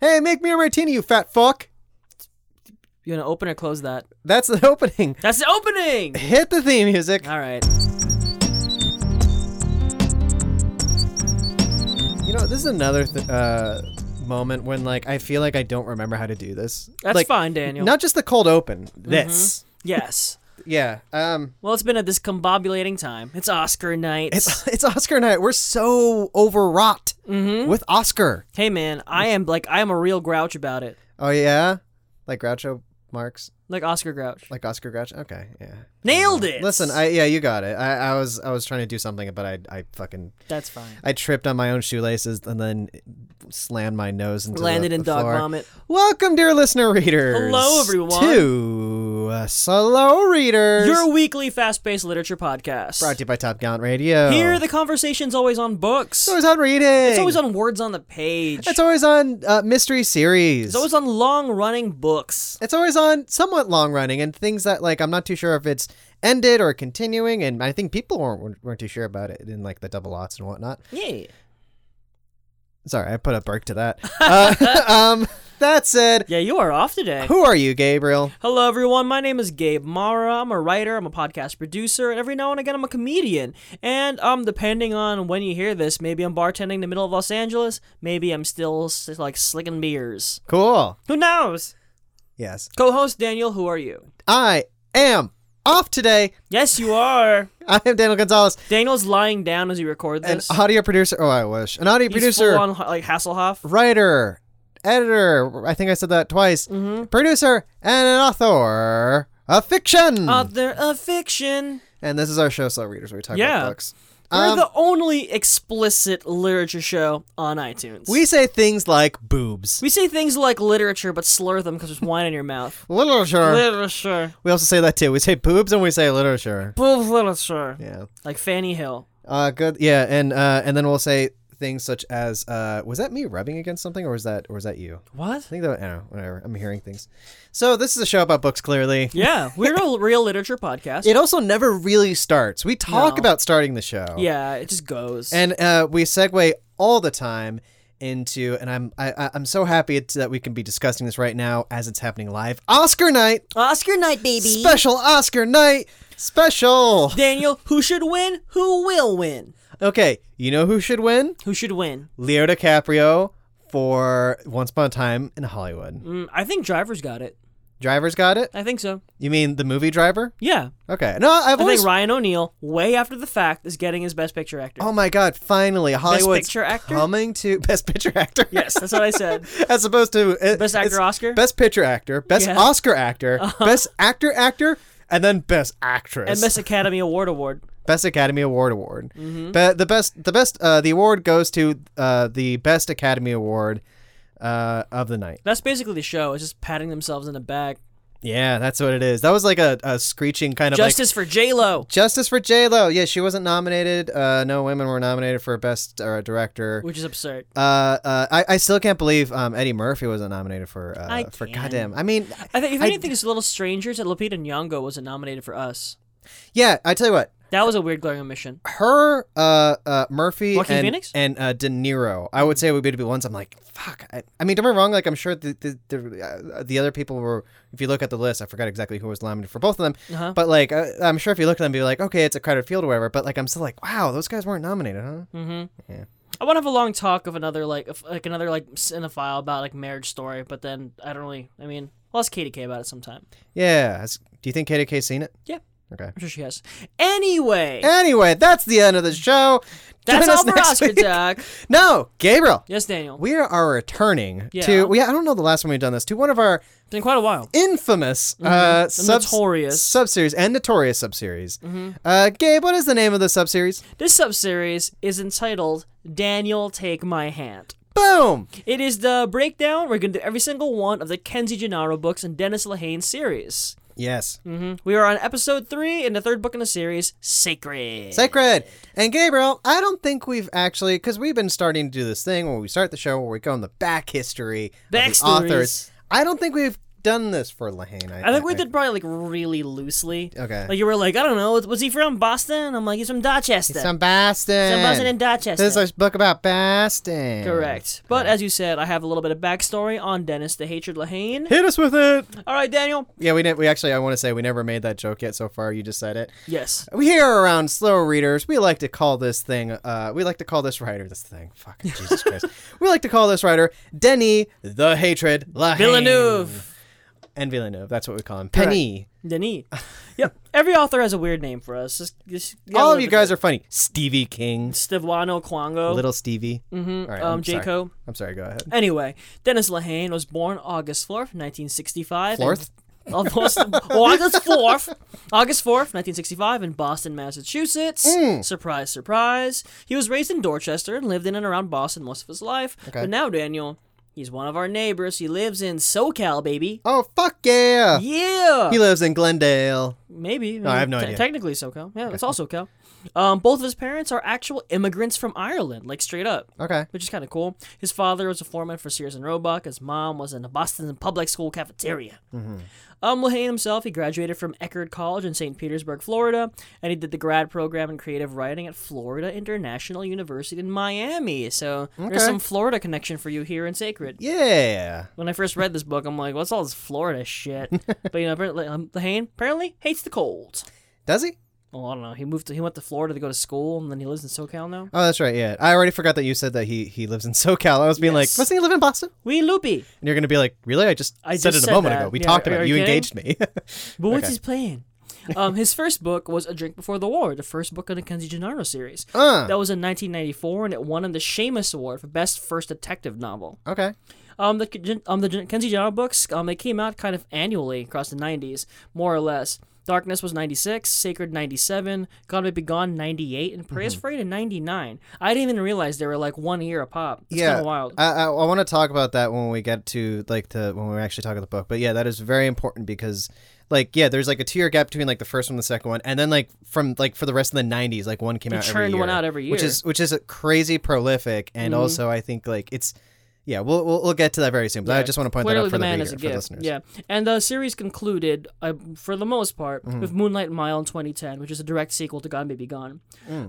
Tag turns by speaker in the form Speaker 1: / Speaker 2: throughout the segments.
Speaker 1: Hey, make me a martini, you fat fuck.
Speaker 2: You gonna open or close that?
Speaker 1: That's the opening.
Speaker 2: That's the opening.
Speaker 1: Hit the theme music.
Speaker 2: All right.
Speaker 1: You know, this is another th- uh, moment when like I feel like I don't remember how to do this.
Speaker 2: That's
Speaker 1: Like,
Speaker 2: fine, Daniel. Mm-hmm.
Speaker 1: Not just the cold open. This.
Speaker 2: yes.
Speaker 1: Yeah. Um.
Speaker 2: Well, it's been a discombobulating time. It's Oscar night.
Speaker 1: It's it's Oscar night. We're so overwrought
Speaker 2: Mm-hmm.
Speaker 1: with Oscar.
Speaker 2: hey, man. I am like I am a real grouch about it.
Speaker 1: Oh yeah, like Groucho Marx,
Speaker 2: Like Oscar Grouch.
Speaker 1: like Oscar Groucho. Okay, yeah.
Speaker 2: Nailed it.
Speaker 1: Listen, I yeah, you got it. I, I was I was trying to do something, but I I fucking
Speaker 2: That's fine.
Speaker 1: I tripped on my own shoelaces and then slammed my nose into
Speaker 2: Landed
Speaker 1: the,
Speaker 2: in
Speaker 1: the
Speaker 2: dog
Speaker 1: floor.
Speaker 2: vomit.
Speaker 1: Welcome, dear listener readers.
Speaker 2: Hello, everyone.
Speaker 1: To uh, Solo Readers.
Speaker 2: Your weekly fast-paced literature podcast.
Speaker 1: brought to you by Top Gallant Radio.
Speaker 2: Here, the conversation's always on books.
Speaker 1: it's always on reading.
Speaker 2: It's always on words on the page.
Speaker 1: It's always on uh, mystery series.
Speaker 2: It's always on long-running books.
Speaker 1: it's always on somewhat long running and things that like I'm not too sure if it's ended or continuing, and I think people weren't weren't too sure about it in like the double lots and whatnot.
Speaker 2: Yeah.
Speaker 1: Sorry, I put a burk to that. uh, um, that said,
Speaker 2: Yeah, you are off today.
Speaker 1: who are you, Gabriel?
Speaker 2: Hello, everyone. My name is Gabe Mara. I'm a writer. I'm a podcast producer, and every now and again, I'm a comedian. And um, depending on when you hear this, maybe I'm bartending in the middle of Los Angeles. Maybe I'm still s- like slicking beers.
Speaker 1: Cool.
Speaker 2: Who knows?
Speaker 1: Yes,
Speaker 2: Co-host Daniel, who are you?
Speaker 1: I am off today.
Speaker 2: Yes, you are.
Speaker 1: I am Daniel Gonzalez,
Speaker 2: Daniel's lying down as we record
Speaker 1: an
Speaker 2: this.
Speaker 1: audio producer. Oh, I wish an audio
Speaker 2: He's
Speaker 1: producer,
Speaker 2: full on like Hasselhoff.
Speaker 1: writer, editor. I think I said that twice.
Speaker 2: Mm-hmm.
Speaker 1: Producer and an author of fiction.
Speaker 2: Author of fiction.
Speaker 1: and this is our show, Slow Readers, where we talk
Speaker 2: Yeah.
Speaker 1: about books.
Speaker 2: We're
Speaker 1: Um,
Speaker 2: the only explicit literature show on iTunes.
Speaker 1: We say things like boobs,
Speaker 2: we say things like literature, but slur them because there's wine in your mouth.
Speaker 1: literature.
Speaker 2: Literature.
Speaker 1: we also say that too. We say boobs and we say literature.
Speaker 2: Both literature.
Speaker 1: Yeah.
Speaker 2: Like Fanny Hill.
Speaker 1: Uh, good. Yeah, and uh, and then we'll say things such as, uh, was that me rubbing against something, or was that, or was that you? I
Speaker 2: What?
Speaker 1: think that. I don't know. Whatever. I'm hearing things. So this is a show about books. Clearly,
Speaker 2: Yeah, we're a real literature podcast.
Speaker 1: it also never really starts. We talk
Speaker 2: No.
Speaker 1: about starting the show.
Speaker 2: yeah, it just goes.
Speaker 1: and uh, we segue all the time into and i'm I, I- i'm so happy it's, that we can be discussing this right now as it's happening live oscar night
Speaker 2: Oscar night, baby.
Speaker 1: special oscar night special
Speaker 2: Daniel, who should win? Who will win?
Speaker 1: okay you know who should win
Speaker 2: Who should win?
Speaker 1: leo dicaprio for once upon a time in hollywood
Speaker 2: Mm, I think Driver's got it.
Speaker 1: driver's got it
Speaker 2: I think so.
Speaker 1: you mean the movie driver
Speaker 2: Yeah.
Speaker 1: okay no i've
Speaker 2: I
Speaker 1: always
Speaker 2: think Ryan O'Neal, way after the fact, is getting his Best Picture actor.
Speaker 1: oh my god finally hollywood's
Speaker 2: Picture actor?
Speaker 1: coming to best picture actor
Speaker 2: Yes, that's what I said.
Speaker 1: as opposed to uh,
Speaker 2: Best actor
Speaker 1: it's
Speaker 2: Oscar?
Speaker 1: best picture actor, best
Speaker 2: Yeah. Uh-huh.
Speaker 1: Oscar actor, best actor actor, and then best actress,
Speaker 2: And Miss Academy Award award.
Speaker 1: best Academy Award award.
Speaker 2: Mm-hmm.
Speaker 1: Be- the best, the best, uh, the award goes to uh, the best Academy Award uh, of the night.
Speaker 2: That's basically the show. It's just patting themselves in the back.
Speaker 1: Yeah, that's what it is. That was like a, a screeching kind of like.
Speaker 2: Justice for J Lo.
Speaker 1: Justice for J Lo. Yeah, she wasn't nominated. Uh, no women were nominated for best uh, director.
Speaker 2: Which is absurd.
Speaker 1: Uh, uh, I, I still can't believe um, Eddie Murphy wasn't nominated for uh,
Speaker 2: I
Speaker 1: for
Speaker 2: can.
Speaker 1: goddamn. I mean,
Speaker 2: I think if
Speaker 1: I-
Speaker 2: anything, it's a little stranger that Lupita Nyong'o wasn't nominated for us.
Speaker 1: yeah. I tell you what,
Speaker 2: That was a weird glaring omission.
Speaker 1: her, uh, uh, Murphy,
Speaker 2: Joaquin
Speaker 1: and,
Speaker 2: Phoenix?
Speaker 1: and uh, De Niro. I would say would be the ones I'm like, fuck. I, I mean, don't get me wrong. Like, I'm sure the the, the, uh, the other people were. If you look at the list, I forgot exactly who was nominated for both of them.
Speaker 2: Uh-huh.
Speaker 1: But like, I, I'm sure if you look at them, be like, okay, it's a crowded field or whatever. But like, I'm still like, wow, those guys weren't nominated, huh?
Speaker 2: Hmm. I want to have a long talk of another like of, like another like cinephile about like Marriage Story, but then I don't really. I mean, I'll ask Katie K about it sometime.
Speaker 1: Yeah. Has- do you think KDK's seen it?
Speaker 2: Yeah,
Speaker 1: Okay.
Speaker 2: I'm sure she has. Anyway,
Speaker 1: Anyway, that's the end of the show.
Speaker 2: that's
Speaker 1: Join us
Speaker 2: all for
Speaker 1: next
Speaker 2: Oscar
Speaker 1: week.
Speaker 2: Talk.
Speaker 1: No, Gabriel.
Speaker 2: Yes, Daniel.
Speaker 1: We are returning
Speaker 2: Yeah.
Speaker 1: to. We, I don't know the last time we've done this. To one of our
Speaker 2: It's been quite a while.
Speaker 1: infamous uh, sub-
Speaker 2: Mm-hmm. notorious. Mm-hmm.
Speaker 1: subseries and notorious subseries. Uh, Gabe, what is the name of the subseries?
Speaker 2: This sub series is entitled "Daniel Take My Hand."
Speaker 1: Boom!
Speaker 2: It is the breakdown. We're going to do every single one of the Kenzie Gennaro books and Dennis Lehane series.
Speaker 1: Yes,
Speaker 2: hmm We are on episode three in the third book in the series, Sacred.
Speaker 1: sacred. And Gabriel, I don't think we've actually because we've been starting to do this thing when we start the show where we go in the back history of the
Speaker 2: Backstories.
Speaker 1: authors. I don't think we've done this for Lahane. I,
Speaker 2: I think we did probably like really loosely.
Speaker 1: Okay.
Speaker 2: Like you were like, I don't know, was he from Boston? I'm like, he's from Dorchester.
Speaker 1: It's on Boston.
Speaker 2: From Boston and Dorchester.
Speaker 1: This is a book about Boston.
Speaker 2: Correct. But as you said, I have a little bit of backstory on Dennis the Hatred Lahane.
Speaker 1: Hit us with it.
Speaker 2: All right, Daniel.
Speaker 1: Yeah, we ne- we actually I want to say we never made that joke yet so far. You just said it.
Speaker 2: Yes.
Speaker 1: We here around slow readers, we like to call this thing uh we like to call this writer this thing. Fuck Jesus Christ. We like to call this writer Denny the Hatred Lahane.
Speaker 2: Villeneuve.
Speaker 1: And Villeneuve. That's what we call him. Penny.
Speaker 2: Denis. Yep. Every author has a weird name for us. Just, just
Speaker 1: All of you guys are funny. Stevie King.
Speaker 2: Stevano Kwango.
Speaker 1: Little Stevie. Mm-hmm. All right,
Speaker 2: um,
Speaker 1: I'm sorry.
Speaker 2: Jaco.
Speaker 1: I'm sorry, go ahead.
Speaker 2: Anyway, Dennis Lehane was born August 4th, 1965. in-
Speaker 1: Fourth?
Speaker 2: Of Boston, August 4th, August 4th, 1965, in Boston, Massachusetts.
Speaker 1: Hmm.
Speaker 2: Surprise, surprise. He was raised in Dorchester and lived in and around Boston most of his life. But now, Daniel, he's one of our neighbors. He lives in SoCal, baby.
Speaker 1: Oh fuck yeah.
Speaker 2: Yeah.
Speaker 1: He lives in Glendale.
Speaker 2: Maybe.
Speaker 1: I have no
Speaker 2: Te-
Speaker 1: idea.
Speaker 2: Technically, SoCal. Yeah, it's all SoCal. Um, both of his parents are actual immigrants from Ireland, like straight up,
Speaker 1: Okay.
Speaker 2: which is kind of cool. His father was a foreman for Sears and Roebuck. His mom was in the Boston public school cafeteria. Um, Lehane himself, he graduated from Eckerd College in St. Petersburg, Florida, and he did the grad program in creative writing at Florida International University in Miami. So there's some Florida connection for you here in Sacred.
Speaker 1: Yeah.
Speaker 2: When I first read this book, I'm like, what's all this Florida shit? but you know, apparently, um, Lehane apparently hates the cold.
Speaker 1: Does he?
Speaker 2: Well, I don't know. He moved. To, he went to Florida to go to school, and then he lives in SoCal now.
Speaker 1: Oh, that's right. Yeah, I already forgot that you said that he he lives in SoCal. I was being
Speaker 2: Yes.
Speaker 1: like, doesn't he live in Boston?
Speaker 2: We loopy.
Speaker 1: And you're gonna be like, really? I just
Speaker 2: I
Speaker 1: said
Speaker 2: just
Speaker 1: it
Speaker 2: said
Speaker 1: a moment
Speaker 2: that.
Speaker 1: ago. We
Speaker 2: Yeah,
Speaker 1: talked about
Speaker 2: are
Speaker 1: it.
Speaker 2: you
Speaker 1: You
Speaker 2: kidding?
Speaker 1: engaged me.
Speaker 2: But what's his plan? um, his first book was A Drink Before the War, the first book of the Kenzie Gennaro series.
Speaker 1: Uh.
Speaker 2: That was in 1994, and it won him the Seamus Award for Best First Detective Novel.
Speaker 1: okay.
Speaker 2: Um, the Ken- um the Gen- Kenzie Gennaro books, um, they came out kind of annually across the 90s, more or less. Darkness was 96, Sacred 97, God May Be Gone 98, and Prayers
Speaker 1: Mm-hmm.
Speaker 2: for Aid in 99. I didn't even realize they were like one year a pop. It's
Speaker 1: yeah.
Speaker 2: kind of wild.
Speaker 1: I I, I want to talk about that when we get to like the when we actually talk about the book. But yeah, that is very important because like yeah, there's like a two year gap between like the first one and the second one, and then like from like for the rest of the '90s, like one came out. every
Speaker 2: churned
Speaker 1: year,
Speaker 2: one out every
Speaker 1: which
Speaker 2: year. Mm-hmm.
Speaker 1: is which is a crazy prolific, and also I think like it's. Yeah, we'll, we'll we'll get to that very soon, but I just want to point that out
Speaker 2: Clearly,
Speaker 1: for
Speaker 2: the man
Speaker 1: reader,
Speaker 2: is a
Speaker 1: for the
Speaker 2: gift.
Speaker 1: listeners.
Speaker 2: Yeah, and the series concluded, uh, for the most part, with Moonlight Mile in 2010, which is a direct sequel to Gone Baby Gone.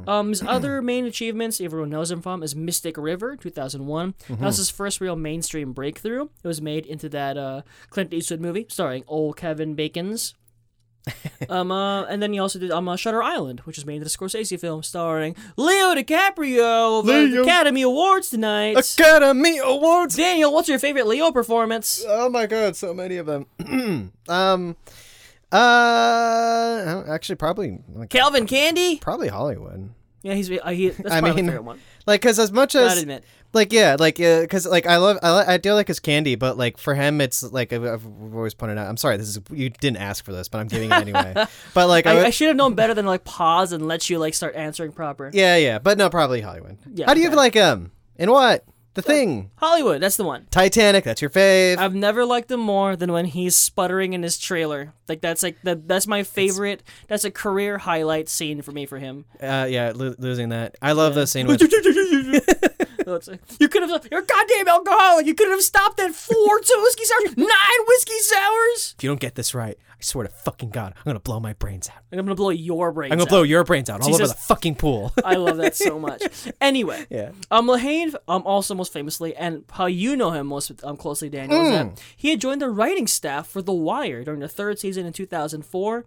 Speaker 2: Um, his other main achievements, everyone knows him from, is Mystic River 2001. That was his first real mainstream breakthrough. It was made into that uh, Clint Eastwood movie starring old Kevin Bacon's. um, uh, and then he also did um, uh, Shutter Island, which is made into the Scorsese film starring Leo DiCaprio of uh, the
Speaker 1: Leo.
Speaker 2: Academy Awards tonight.
Speaker 1: Academy Awards.
Speaker 2: Daniel, what's your favorite Leo performance?
Speaker 1: Oh my god, so many of them. um, uh, I don't- actually, probably like,
Speaker 2: Calvin Candy?
Speaker 1: probably Hollywood.
Speaker 2: Yeah, he's uh, he. That's
Speaker 1: I
Speaker 2: probably
Speaker 1: mean,
Speaker 2: my favorite one.
Speaker 1: Like, cause as much
Speaker 2: I'd
Speaker 1: as
Speaker 2: admit.
Speaker 1: like, yeah, like, uh 'cause cause like I love, I, li- I do like his candy, but like for him, it's like I've, I've always pointed out. I'm sorry, this is you didn't ask for this, but I'm giving it anyway. but like, I,
Speaker 2: I,
Speaker 1: would-
Speaker 2: I should have known better than like pause and let you like start answering proper.
Speaker 1: yeah, yeah, but no, probably Hollywood.
Speaker 2: Yeah,
Speaker 1: How do you
Speaker 2: okay.
Speaker 1: like him? And what the thing?
Speaker 2: Hollywood, that's the one.
Speaker 1: Titanic, that's your fave.
Speaker 2: I've never liked him more than when he's sputtering in his trailer. Like that's like the, that's my favorite. That's a career highlight scene for me for him.
Speaker 1: uh, yeah, lo- losing that. I love the scene with
Speaker 2: It's like, you could have you're a goddamn alcoholic. You could have stopped at four two whiskey sours, nine whiskey sours.
Speaker 1: If you don't get this right, I swear to fucking God, I'm gonna blow my brains out.
Speaker 2: And I'm gonna blow your brains.
Speaker 1: I'm gonna
Speaker 2: out.
Speaker 1: blow your brains out all over
Speaker 2: Jesus.
Speaker 1: the fucking pool.
Speaker 2: I love that so much. Anyway,
Speaker 1: Yeah.
Speaker 2: Um, Lehane, um, also most famously, and how you know him most um, closely, Daniel, is that he had joined the writing staff for The Wire during the third season in 2004.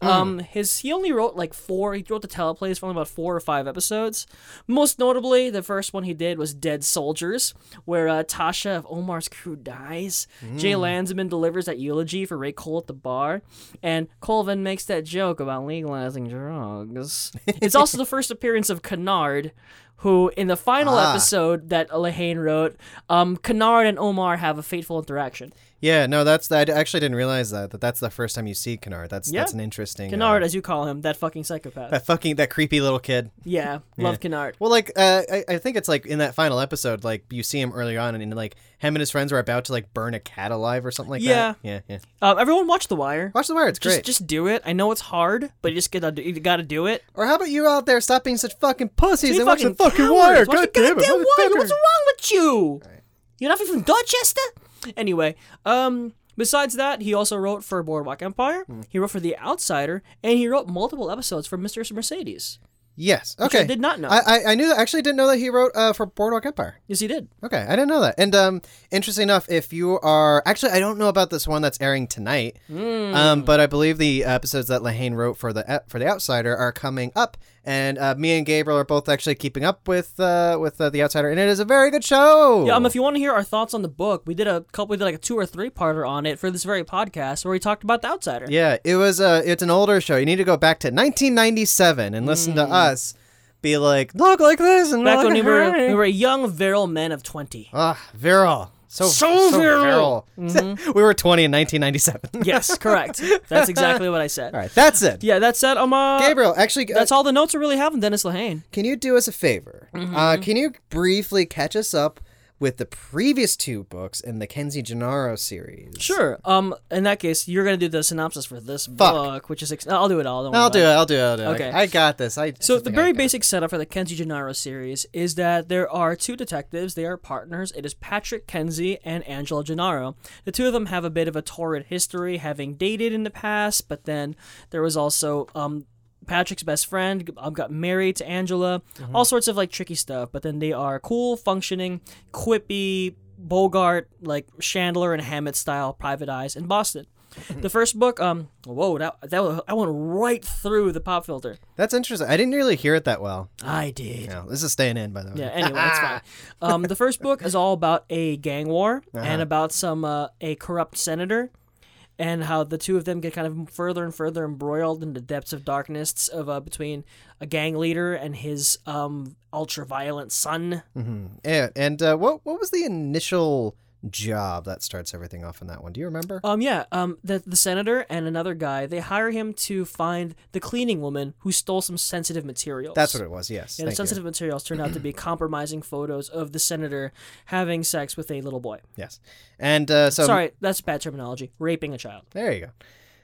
Speaker 2: Um, his he only wrote like four. He wrote the teleplays for only about four or five episodes. Most notably, the first one he did was Dead Soldiers, where uh, Tasha of Omar's crew dies. Jay Landsman delivers that eulogy for Ray Cole at the bar, and Colvin makes that joke about legalizing drugs. it's also the first appearance of Kennard. Who in the final episode that Lehane wrote, um, Kennard and Omar have a fateful interaction.
Speaker 1: yeah, no, that's I d- actually didn't realize that that that's the first time you see Kennard. That's
Speaker 2: Yeah.
Speaker 1: that's an interesting
Speaker 2: Kennard,
Speaker 1: uh,
Speaker 2: as you call him, that fucking psychopath.
Speaker 1: that fucking that creepy little kid.
Speaker 2: yeah, love Kennard.
Speaker 1: Well, like uh, I, I think it's like in that final episode, like you see him early on, and like him and his friends were about to like burn a cat alive or something like
Speaker 2: Yeah.
Speaker 1: that. Yeah, yeah.
Speaker 2: Um, everyone watch The Wire.
Speaker 1: Watch the wire; it's
Speaker 2: Just,
Speaker 1: great.
Speaker 2: just do it. I know it's hard, but you just gotta, do- you gotta do it.
Speaker 1: or how about you out there stop being such fucking pussies
Speaker 2: You
Speaker 1: and watch the fucking
Speaker 2: cowards.
Speaker 1: wire?
Speaker 2: Watch
Speaker 1: God
Speaker 2: the
Speaker 1: damn it,
Speaker 2: goddamn Wire. What's
Speaker 1: motherfucker.
Speaker 2: wrong with you? You're not from Dorchester. Anyway, um, Besides that, he also wrote for Boardwalk Empire,
Speaker 1: Hmm.
Speaker 2: he wrote for The Outsider, and he wrote multiple episodes for Mr. Mercedes.
Speaker 1: Yes.
Speaker 2: I
Speaker 1: Okay.
Speaker 2: did not know.
Speaker 1: I, I, I knew that. Actually, didn't know that he wrote uh, for Boardwalk Empire.
Speaker 2: yes, he did.
Speaker 1: Okay, I didn't know that. And um, interesting enough, if you are actually, I don't know about this one that's airing tonight.
Speaker 2: Hmm.
Speaker 1: Um, but I believe the episodes that Lahane wrote for the E, for the Outsider are coming up, and uh, me and Gabriel are both actually keeping up with uh, with uh, the Outsider, and it is a very good show.
Speaker 2: Yeah, um, if you want to hear our thoughts on the book, we did a couple, we did like a two or three parter on it for this very podcast where we talked about The Outsider.
Speaker 1: Yeah, it was a. It's an older show. You need to go back to 1997 and listen to us be like, look like this, and
Speaker 2: Hmm. Back
Speaker 1: look
Speaker 2: when we
Speaker 1: at
Speaker 2: were,
Speaker 1: her."
Speaker 2: we were young, virile men of 20.
Speaker 1: ah virile, so
Speaker 2: So Mm-hmm. virile.
Speaker 1: virile. we were 20 in 1997.
Speaker 2: yes, correct. That's exactly what I said.
Speaker 1: All right, that's it.
Speaker 2: Yeah, that's that. Um, uh,
Speaker 1: Gabriel, actually, uh,
Speaker 2: that's all the notes we really have on Dennis Lehane.
Speaker 1: can you do us a favor?
Speaker 2: Mm-hmm.
Speaker 1: Uh, can you briefly catch us up with the previous two books in the Kenzie Gennaro series?
Speaker 2: Sure. Um, in that case, you're gonna do the synopsis for this book, which is ex- I'll do it all. Don't worry
Speaker 1: I'll
Speaker 2: about
Speaker 1: do it. I'll do it. I'll do it.
Speaker 2: Okay.
Speaker 1: I got this. I
Speaker 2: So
Speaker 1: I
Speaker 2: the
Speaker 1: think
Speaker 2: very
Speaker 1: I got it.
Speaker 2: basic setup for the Kenzie Gennaro series is that there are two detectives. They are partners. It is Patrick Kenzie and Angela Gennaro. The two of them have a bit of a torrid history, having dated in the past, but then there was also um, Patrick's best friend um, got married to Angela. All sorts of like tricky stuff. But then they are cool, functioning, quippy Bogart, like Chandler and Hammett style private eyes in Boston. the first book, um, whoa, that that was- I went right through the pop filter.
Speaker 1: That's interesting. I didn't really hear it that well.
Speaker 2: I did.
Speaker 1: No, this is staying in, by the way.
Speaker 2: Yeah, anyway, that's fine. Um, the first book is all about a gang war
Speaker 1: Uh-huh.
Speaker 2: and about some uh, a corrupt senator and how the two of them get kind of further and further embroiled in the depths of darkness of uh, between a gang leader and his um, ultra-violent son.
Speaker 1: Hmm. Yeah, and uh, what what was the initial job that starts everything off in that one? Do you remember?
Speaker 2: Um, yeah, um, the, the senator and another guy, they hire him to find the cleaning woman who stole some sensitive materials.
Speaker 1: That's what it was. Yes.
Speaker 2: And
Speaker 1: Thank
Speaker 2: the
Speaker 1: you.
Speaker 2: sensitive materials turned out to be compromising photos of the senator having sex with a little boy.
Speaker 1: Yes. And uh, so
Speaker 2: Sorry, that's bad terminology. Raping a child.
Speaker 1: there you go.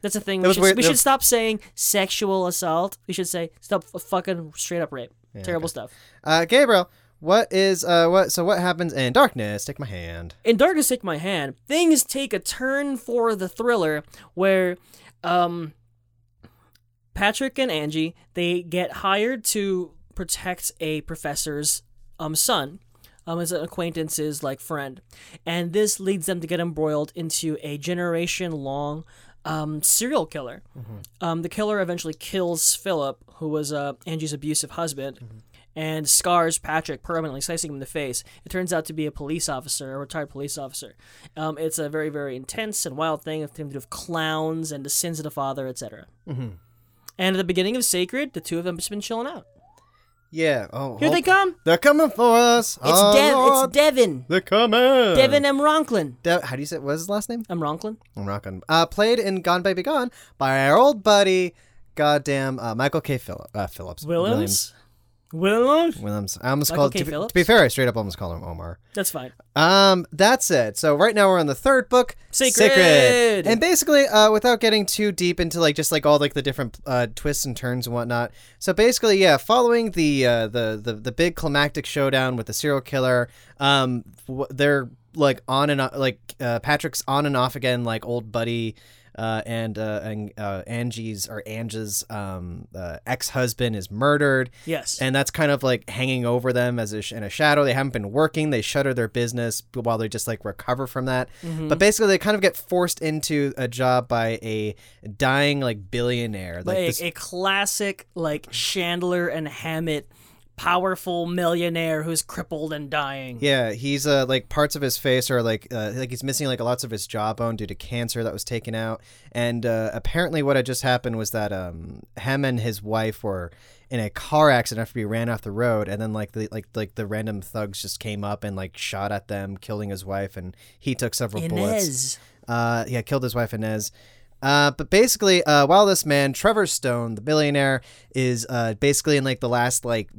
Speaker 2: That's a thing.
Speaker 1: That
Speaker 2: We,
Speaker 1: was
Speaker 2: should,
Speaker 1: weird.
Speaker 2: we
Speaker 1: That
Speaker 2: should
Speaker 1: was-
Speaker 2: stop saying sexual assault. We should say stop f- fucking straight up rape. Terrible stuff.
Speaker 1: Uh, Gabriel, what is uh, what? So what happens in darkness? Take my hand.
Speaker 2: In Darkness Take My Hand, things take a turn for the thriller where um, Patrick and Angie, they get hired to protect a professor's um, son. Um, as an acquaintance's like friend, and this leads them to get embroiled into a generation-long um, serial killer. Um, the killer eventually kills Philip, who was uh, Angie's abusive husband, and scars Patrick permanently, slicing him in the face. It turns out to be a police officer, a retired police officer. Um, it's a very, very intense and wild thing of thing to do with clowns and the sins of the father, etc.
Speaker 1: Mm-hmm.
Speaker 2: And at the beginning of Sacred, the two of them have just been chilling out.
Speaker 1: Yeah. Oh,
Speaker 2: Here they
Speaker 1: hold-
Speaker 2: come.
Speaker 1: They're coming for us. It's
Speaker 2: It's Dev. It's Devin.
Speaker 1: They're coming.
Speaker 2: Devin M. Ronklin.
Speaker 1: De- How do you say? What is his last name?
Speaker 2: M. Ronklin.
Speaker 1: I'm rocking. Uh, played in Gone Baby Gone by our old buddy, goddamn uh, Michael K. Phillips. Uh, Phillips.
Speaker 2: Williams. Williams.
Speaker 1: Williams. I almost
Speaker 2: Michael
Speaker 1: called.
Speaker 2: K.
Speaker 1: To be,
Speaker 2: Phillips?
Speaker 1: to be fair, I straight up almost called him Omar.
Speaker 2: That's fine.
Speaker 1: Um, that's it. So right now we're on the third book,
Speaker 2: Sacred.
Speaker 1: and basically, uh, without getting too deep into like just like all like the different uh, twists and turns and whatnot. So basically, yeah, following the uh, the the the big climactic showdown with the serial killer, um, w- they're like on and off, like uh, Patrick's on and off again, like old buddy. Uh, and uh, and uh, Angie's or Ange's um, uh, ex husband is murdered,
Speaker 2: Yes.
Speaker 1: and that's kind of like hanging over them as a sh- in a shadow. They haven't been working. They shutter their business while they just like recover from that. But basically, they kind of get forced into a job by a dying like billionaire. Like
Speaker 2: a,
Speaker 1: this,
Speaker 2: a classic like Chandler and Hammett powerful millionaire who's crippled and dying.
Speaker 1: yeah, he's uh like parts of his face are like uh, like he's missing like lots of his jawbone due to cancer that was taken out. And uh, apparently, what had just happened was that um him and his wife were in a car accident after he ran off the road, and then like the like like the random thugs just came up and like shot at them, killing his wife, and he took several bullets.
Speaker 2: Inez.
Speaker 1: Uh, yeah, killed his wife Inez. Uh, but basically, uh, while this man Trevor Stone, the billionaire, is uh, basically in like the last like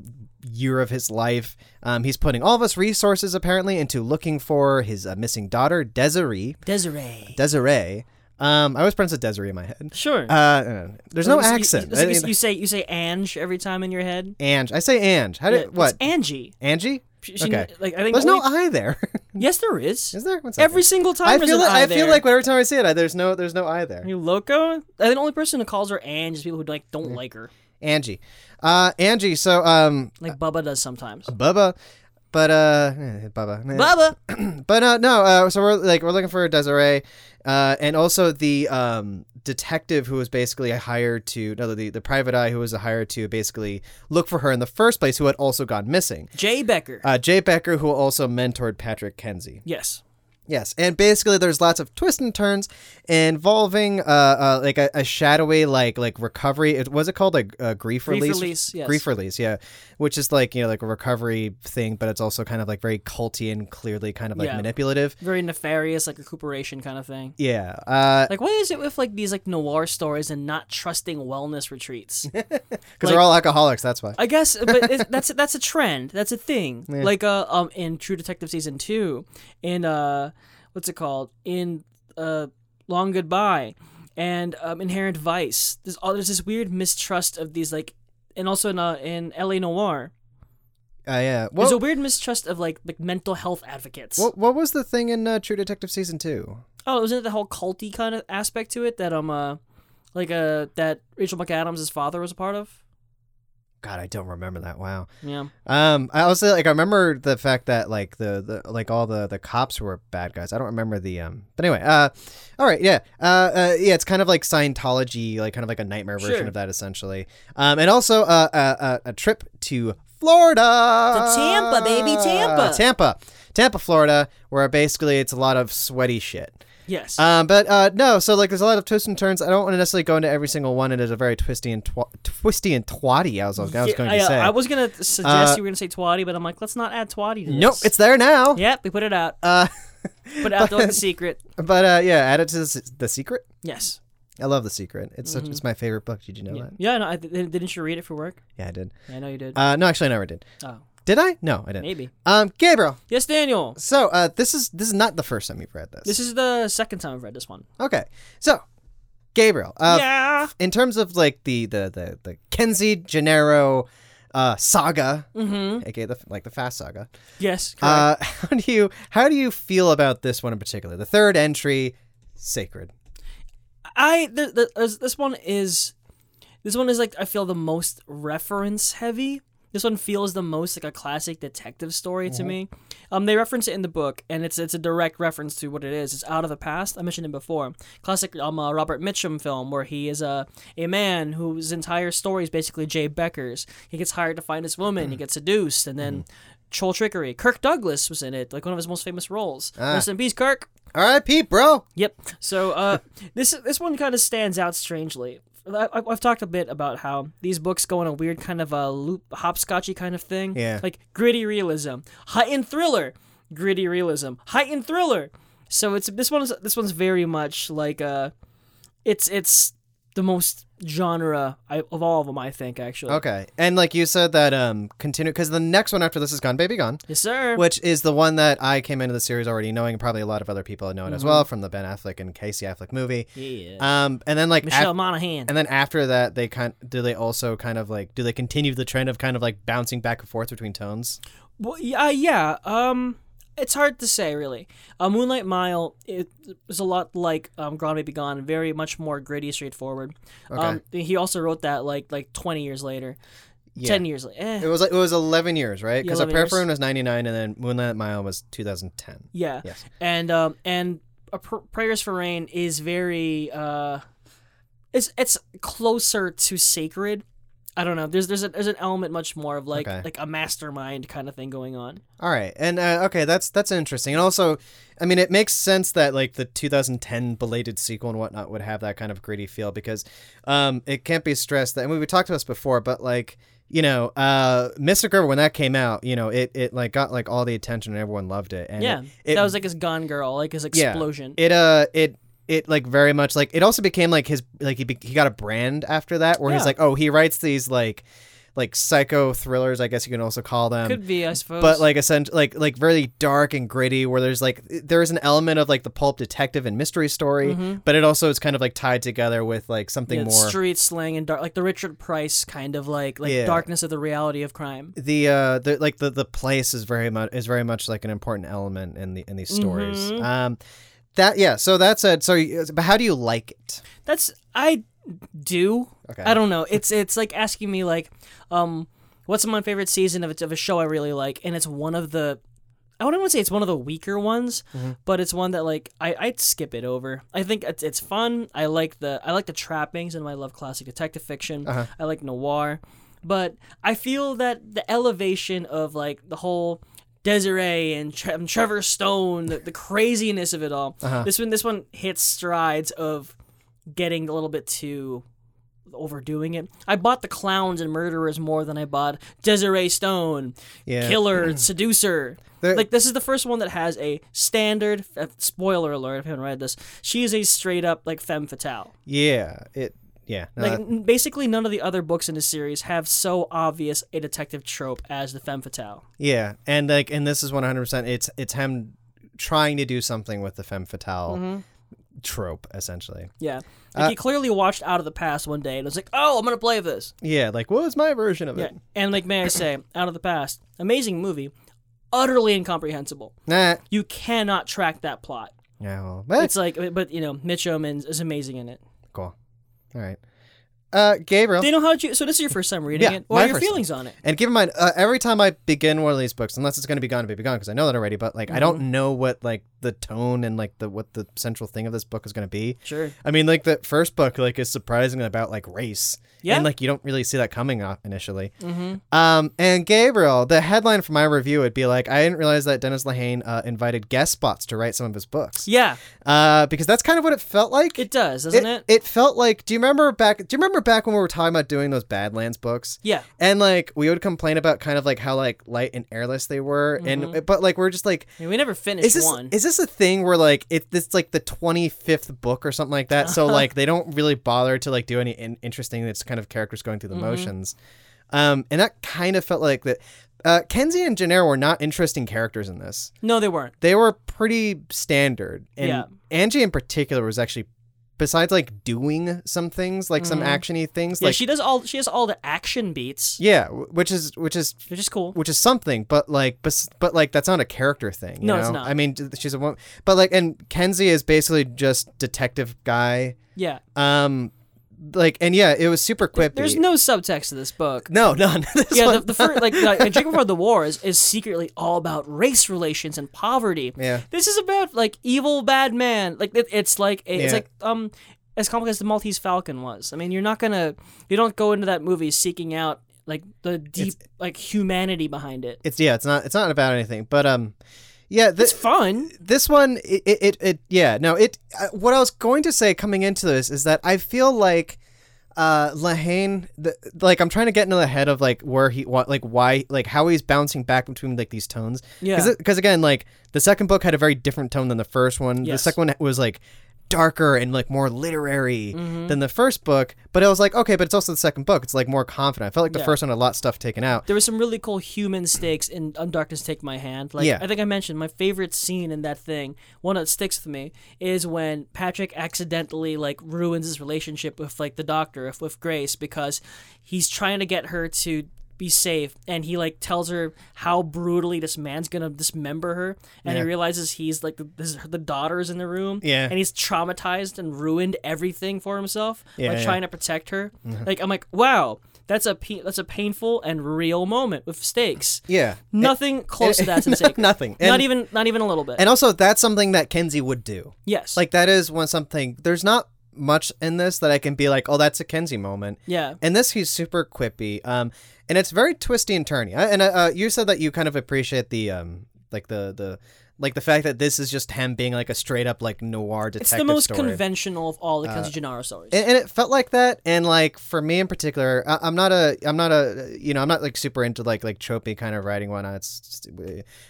Speaker 1: year of his life, um, he's putting all of his resources apparently into looking for his uh, missing daughter Desiree.
Speaker 2: Desiree.
Speaker 1: Desiree. Um, I always pronounce it Desiree in my head.
Speaker 2: Sure.
Speaker 1: Uh, there's no
Speaker 2: You- you-
Speaker 1: accent. Uh,
Speaker 2: You,
Speaker 1: I
Speaker 2: you-
Speaker 1: mean,
Speaker 2: you say you say Ange every time in your head.
Speaker 1: Ange. I say Ange. How did
Speaker 2: Yeah,
Speaker 1: what?
Speaker 2: It's Angie.
Speaker 1: Angie?
Speaker 2: She, she-
Speaker 1: Okay.
Speaker 2: Like I think
Speaker 1: There's no
Speaker 2: only-
Speaker 1: I there.
Speaker 2: yes, there is.
Speaker 1: Is there? One second.
Speaker 2: Every single time
Speaker 1: I
Speaker 2: there's
Speaker 1: feel
Speaker 2: an
Speaker 1: like
Speaker 2: I
Speaker 1: I feel
Speaker 2: there.
Speaker 1: like every time I see it, I, there's no there's no I there.
Speaker 2: Are you loco? I think the only person who calls her Ange is people who like
Speaker 1: Mm.
Speaker 2: don't like her,
Speaker 1: Angie, uh, Angie. So um,
Speaker 2: like Bubba does sometimes.
Speaker 1: Bubba, but uh, eh, Bubba, eh.
Speaker 2: Bubba.
Speaker 1: but uh, no. Uh, so we're like we're looking for Desiree, uh, and also the um detective who was basically hired to no the the private eye who was hired to basically look for her in the first place, who had also gone missing.
Speaker 2: Jay Becker.
Speaker 1: Uh, Jay Becker, who also mentored Patrick Kenzie.
Speaker 2: yes.
Speaker 1: Yes, and basically there's lots of twists and turns involving uh, uh like a, a shadowy like like recovery. It was it called a, a grief
Speaker 2: Grief
Speaker 1: release.
Speaker 2: release, yes.
Speaker 1: Grief release. Yeah, which is like you know like a recovery thing, but it's also kind of like very culty and clearly kind of like
Speaker 2: Yeah.
Speaker 1: manipulative.
Speaker 2: Very nefarious, like recuperation kind of thing.
Speaker 1: Yeah. Uh,
Speaker 2: Like what is it with like these like noir stories and not trusting wellness retreats?
Speaker 1: because they're all alcoholics. That's why.
Speaker 2: I guess, but it's, that's that's a trend. That's a thing. Like uh, um, in True Detective season two, in uh, what's it called? In uh, Long Goodbye, and um, Inherent Vice. There's all there's this weird mistrust of these like, and also in uh, in L.A. Noir,
Speaker 1: Uh, yeah.
Speaker 2: there's a
Speaker 1: What,
Speaker 2: weird mistrust of like like mental health advocates.
Speaker 1: what what was the thing in uh, True Detective season two?
Speaker 2: Oh, wasn't it the whole culty kind of aspect to it that um uh, like uh that Rachel McAdams' father was a part of?
Speaker 1: God, I don't remember that. Wow.
Speaker 2: Yeah.
Speaker 1: Um, I also like I remember the fact that like the, the like all the the cops were bad guys. I don't remember the um, but anyway, uh, all right, yeah, uh, uh yeah, it's kind of like Scientology, like kind of like a nightmare version
Speaker 2: Sure.
Speaker 1: of that essentially. Um, and also uh, uh, uh, a trip to Florida,
Speaker 2: To Tampa, baby, Tampa.
Speaker 1: Tampa, Tampa, Florida, where basically it's a lot of sweaty shit.
Speaker 2: Yes.
Speaker 1: Um, but uh, no, so like there's a lot of twists and turns. I don't want to necessarily go into every single one. It is a very twisty and twa- twisty and twatty. I was, I was
Speaker 2: Yeah,
Speaker 1: going
Speaker 2: I,
Speaker 1: to
Speaker 2: uh,
Speaker 1: say.
Speaker 2: I was gonna suggest you were gonna say twatty, but I'm like, let's not add twatty to this.
Speaker 1: Nope, it's there now.
Speaker 2: Yep, we put it out.
Speaker 1: Uh,
Speaker 2: Put it out there like a secret.
Speaker 1: but uh, yeah, add it to the, the secret.
Speaker 2: Yes.
Speaker 1: I love the secret. It's such it's my favorite book. Did you know that?
Speaker 2: Mm-hmm. Yeah, no, I, th- didn't you read it for work?
Speaker 1: Yeah, I did.
Speaker 2: Yeah, I know you did.
Speaker 1: Uh, no, actually, I never did.
Speaker 2: oh,
Speaker 1: Did I? No, I didn't.
Speaker 2: maybe.
Speaker 1: Um, Gabriel.
Speaker 2: Yes, Daniel.
Speaker 1: So uh, this is this is not the first time you've read this.
Speaker 2: This is the second time I've read this one.
Speaker 1: okay. So, Gabriel. Uh,
Speaker 2: yeah.
Speaker 1: In terms of like the the the the Kenzie Gennaro uh, saga,
Speaker 2: Mm-hmm.
Speaker 1: aka the like the Fast Saga.
Speaker 2: Yes. Correct.
Speaker 1: Uh, how do you how do you feel about this one in particular? The third entry, Sacred.
Speaker 2: I th- th- this- this one is this one is like I feel the most reference heavy. This one feels the most like a classic detective story to me. Um, they reference it in the book, and it's it's a direct reference to what it is. It's out of the past. I mentioned it before. Classic um, uh, Robert Mitchum film where he is a a man whose entire story is basically Jay Becker's. He gets hired to find this woman. He gets seduced, and then. Troll trickery. Kirk Douglas was in it, like one of his most famous roles. Rest in peace, Kirk.
Speaker 1: R.I.P. Bro.
Speaker 2: Yep. So uh, this this one kind of stands out strangely. I, I- I've talked a bit about how these books go in a weird kind of a loop, hopscotchy kind of thing.
Speaker 1: Yeah.
Speaker 2: Like gritty realism, heightened thriller, gritty realism, heightened thriller. So it's this one's this one's very much like uh, it's it's the most genre I, of all of them I think actually.
Speaker 1: Okay, and like you said that um continue because the next one after this is Gone Baby Gone,
Speaker 2: Yes, sir.
Speaker 1: which is the one that I came into the series already knowing, and probably a lot of other people know it
Speaker 2: Mm-hmm.
Speaker 1: as well from the Ben Affleck and Casey Affleck movie.
Speaker 2: yeah.
Speaker 1: Um, and then like af-
Speaker 2: Michelle Monaghan.
Speaker 1: and then after that, they kind do they also kind of like do they continue the trend of kind of like bouncing back and forth between tones?
Speaker 2: Well, yeah, uh, yeah. Um, it's hard to say really. Uh, Moonlight Mile it was a lot like um, Gone Baby Gone, very much more gritty, straightforward. Um, he also wrote that like like twenty years later, ten years later. Eh.
Speaker 1: It was like it was eleven years, right?
Speaker 2: Yeah,
Speaker 1: Because
Speaker 2: 11
Speaker 1: A Prayer
Speaker 2: years.
Speaker 1: for Room was ninety nine, and then Moonlight Mile was two thousand ten.
Speaker 2: yeah.
Speaker 1: Yes.
Speaker 2: And um and uh, pr- Prayers for Rain is very uh, it's it's closer to sacred. I don't know. There's there's a, there's an element much more of like
Speaker 1: Okay.
Speaker 2: like a mastermind kind of thing going on.
Speaker 1: All right, and uh, okay, that's that's interesting, and also, I mean, it makes sense that like the 2010 belated sequel and whatnot would have that kind of gritty feel because, um, it can't be stressed that, and we we talked about this before, but like you know, uh, Mr. Gerber when that came out, you know, it it like got like all the attention and everyone loved it, and
Speaker 2: yeah,
Speaker 1: it,
Speaker 2: that was like his Gone Girl, like his
Speaker 1: Yeah.
Speaker 2: explosion.
Speaker 1: it uh it it like very much like it also became like his like he be- he got a brand after that where he's
Speaker 2: Yeah.
Speaker 1: like oh he writes these like like psycho thrillers, I guess you can also call them.
Speaker 2: Could be, I suppose.
Speaker 1: Um, but like essentially like like very dark and gritty where there's like there is an element of like the pulp detective and mystery story but it also is kind of like tied together with like something
Speaker 2: Mm-hmm. Yeah,
Speaker 1: more
Speaker 2: street slang and dark, like the Richard Price kind of like like
Speaker 1: Yeah.
Speaker 2: darkness of the reality of crime.
Speaker 1: the uh the like the the place is very much is very much like an important element in the in these stories
Speaker 2: Mhm.
Speaker 1: um that yeah so that's it so you- but how do you like it
Speaker 2: That's I do.
Speaker 1: Okay.
Speaker 2: I don't know. It's it's like asking me like, um, what's my favorite season of a, of a show I really like, and it's one of the. I wouldn't want to say it's one of the weaker ones, but it's one that like I I'd skip it over. I think it's, it's fun. I like the I like the trappings, and I love classic detective fiction. I like noir, but I feel that the elevation of like the whole Desiree and, Tre- and Trevor Stone, the, the craziness of it all. This one this one hits strides of getting a little bit too overdoing it. I bought the clowns and murderers more than I bought Desiree Stone,
Speaker 1: Yeah.
Speaker 2: killer, seducer.
Speaker 1: There-
Speaker 2: like this is the first one that has a standard. Uh, spoiler alert! If you haven't read this, she is a straight up like femme fatale.
Speaker 1: yeah it yeah no,
Speaker 2: Like
Speaker 1: that-
Speaker 2: n- basically, none of the other books in the series have so obvious a detective trope as the femme fatale.
Speaker 1: yeah and like and this is 100% it's it's him trying to do something with the femme fatale
Speaker 2: Mm-hmm.
Speaker 1: trope essentially
Speaker 2: Yeah, like he clearly watched Out of the Past one day and was like, "Oh, I'm gonna play this."
Speaker 1: yeah like what was my version of
Speaker 2: Yeah,
Speaker 1: it
Speaker 2: and like may I say, Out of the Past, amazing movie, utterly incomprehensible.
Speaker 1: nah
Speaker 2: You cannot track that plot.
Speaker 1: yeah well, eh,
Speaker 2: It's like, but you know, Mitch Omens is amazing in it.
Speaker 1: cool all right uh gabriel
Speaker 2: Do you know how you? So this is your first time reading
Speaker 1: Yeah,
Speaker 2: it. What
Speaker 1: my
Speaker 2: are your
Speaker 1: first time.
Speaker 2: feelings on it?
Speaker 1: And keep in mind, uh, every time I begin one of these books, unless it's going to be gone to be gone, because I know that already. But like, I
Speaker 2: Mm-hmm.
Speaker 1: don't know what like the tone and like the what the central thing of this book is going to be.
Speaker 2: Sure.
Speaker 1: I mean, like the first book, like is surprisingly about like race.
Speaker 2: Yeah.
Speaker 1: And like you don't really see that coming off initially. Mm-hmm. Um, and Gabriel, the headline for my review would be like, I didn't realize that Dennis Lehane uh, invited guest spots to write some of his books.
Speaker 2: Yeah,
Speaker 1: Uh, because that's kind of what it felt like.
Speaker 2: it does, doesn't it?
Speaker 1: it felt like. Do you remember back? Do you remember back when we were talking about doing those Badlands books?
Speaker 2: yeah.
Speaker 1: and like we would complain about kind of like how like light and airless they were and but like we're just like
Speaker 2: I mean, we never finished
Speaker 1: is this
Speaker 2: Mm-hmm. one.
Speaker 1: is this a thing where like it this like the 25th book or something like that so like they don't really bother to like do any in- interesting it's kind of characters going
Speaker 2: Mm-hmm.
Speaker 1: through the motions um and that kind of felt like that uh Kenzie and Jenner were not interesting characters in this
Speaker 2: no, they weren't.
Speaker 1: they were pretty standard and
Speaker 2: Yeah.
Speaker 1: Angie in particular was actually besides like doing some things like some actiony things
Speaker 2: Mm-hmm. Yeah,
Speaker 1: like
Speaker 2: she does all. She has all the action beats,
Speaker 1: yeah wh- which is which is
Speaker 2: which is cool.
Speaker 1: which is something, but like, bes- but like, that's not a character thing. You
Speaker 2: No,
Speaker 1: know?
Speaker 2: it's not.
Speaker 1: I mean, d- she's a woman, but like, and Kenzie is basically just detective guy.
Speaker 2: Yeah.
Speaker 1: Um, like, and yeah, it was super quippy.
Speaker 2: There's no subtext to this book.
Speaker 1: no, none. This
Speaker 2: Yeah, the,
Speaker 1: one-
Speaker 2: the first like, like Drink Before the War is, is secretly all about race relations and poverty.
Speaker 1: Yeah.
Speaker 2: this is about like evil bad man. Like it, it's like it's
Speaker 1: Yeah.
Speaker 2: like um as complicated as the Maltese Falcon was. I mean, you're not gonna you don't go into that movie seeking out like the deep like humanity behind it.
Speaker 1: it's yeah, it's not. It's not about anything. But um, yeah, this
Speaker 2: It's fun.
Speaker 1: this one, it, it, it, it yeah, no, it. Uh, what I was going to say coming into this is that I feel like. uh Lahane, the, like I'm trying to get into the head of like where he what like why like how he's bouncing back between like these tones.
Speaker 2: Yeah.
Speaker 1: Because again, like the second book had a very different tone than the first one.
Speaker 2: Yes.
Speaker 1: The second one was like darker and like more literary
Speaker 2: Mm-hmm.
Speaker 1: than the first book. But I was like, okay, but it's also the second book. It's like more confident. I felt like the
Speaker 2: Yeah.
Speaker 1: first one had a lot of stuff taken out.
Speaker 2: There was some really cool human stakes in On Darkness Take My Hand. Like
Speaker 1: Yeah.
Speaker 2: I think I mentioned, my favorite scene in that thing, one that sticks with me, is when Patrick accidentally like ruins his relationship with like the doctor, if with Grace, because he's trying to get her to be safe and he like tells her how brutally this man's gonna dismember her and he realizes he's like the, this, the daughter's in the room
Speaker 1: Yeah.
Speaker 2: and he's traumatized and ruined everything for himself
Speaker 1: Yeah,
Speaker 2: like
Speaker 1: yeah.
Speaker 2: trying to protect her
Speaker 1: Mm-hmm.
Speaker 2: like i'm like wow that's a pe- that's a painful and real moment with stakes
Speaker 1: Yeah.
Speaker 2: nothing close to that's in sacred
Speaker 1: Nothing. And,
Speaker 2: not even not even a little bit
Speaker 1: and also that's something that Kenzie would do.
Speaker 2: yes
Speaker 1: Like that is one something. There's not much in this that I can be like, oh, that's a Kenzie moment.
Speaker 2: yeah
Speaker 1: And this, he's super quippy. Um, and it's very twisty and turny. I, and uh, you said that you kind of appreciate the um, like the the like the fact that this is just him being like a straight up like noir detective
Speaker 2: it's the most
Speaker 1: story.
Speaker 2: conventional of all the Kenzie Gennaro stories
Speaker 1: and, and it felt like that. And like for me in particular, I, I'm not a I'm not a you know I'm not like super into like like tropey kind of writing whatnot. It's just-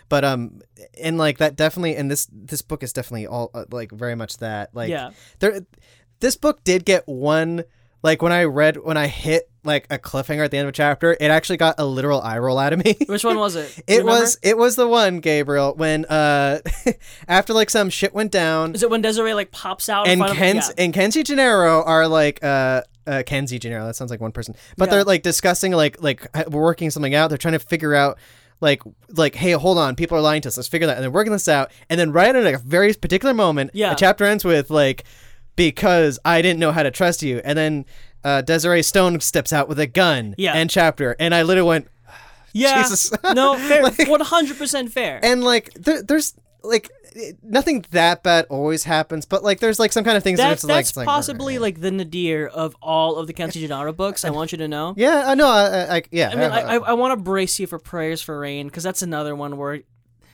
Speaker 1: but um and like that definitely and this this book is definitely all uh, like very much that like
Speaker 2: Yeah.
Speaker 1: there this book did get one Like when I read when I hit like a cliffhanger at the end of a chapter, it actually got a literal eye roll out of me.
Speaker 2: Which one was it? Do you
Speaker 1: It
Speaker 2: remember?
Speaker 1: was it was the one Gabriel when uh after like some shit went down
Speaker 2: Is it when Desiree like pops out
Speaker 1: and
Speaker 2: in front
Speaker 1: Ken's
Speaker 2: of yeah.
Speaker 1: and Kenzie Gennaro are like uh, uh Kenzie Gennaro that sounds like one person but
Speaker 2: Yeah.
Speaker 1: they're like discussing like like h- we're working something out they're trying to figure out like like hey hold on people are lying to us let's figure that and they're working this out and then right at a very particular moment
Speaker 2: Yeah.
Speaker 1: the chapter ends with like because I didn't know how to trust you and then uh, Desiree Stone steps out with a gun
Speaker 2: Yeah.
Speaker 1: and chapter and I literally went
Speaker 2: yeah.
Speaker 1: Jesus.
Speaker 2: no, fair. One hundred percent fair.
Speaker 1: and like there, there's like it- nothing that bad always happens but like there's like some kind of things
Speaker 2: that's
Speaker 1: that it's like,
Speaker 2: that's
Speaker 1: it's like
Speaker 2: possibly like the nadir of all of the Kenzie Gennaro books. I want you to know.
Speaker 1: Yeah, I know. I, I, I yeah.
Speaker 2: I mean, I, I, I want to brace you for prayers for rain because that's another one where,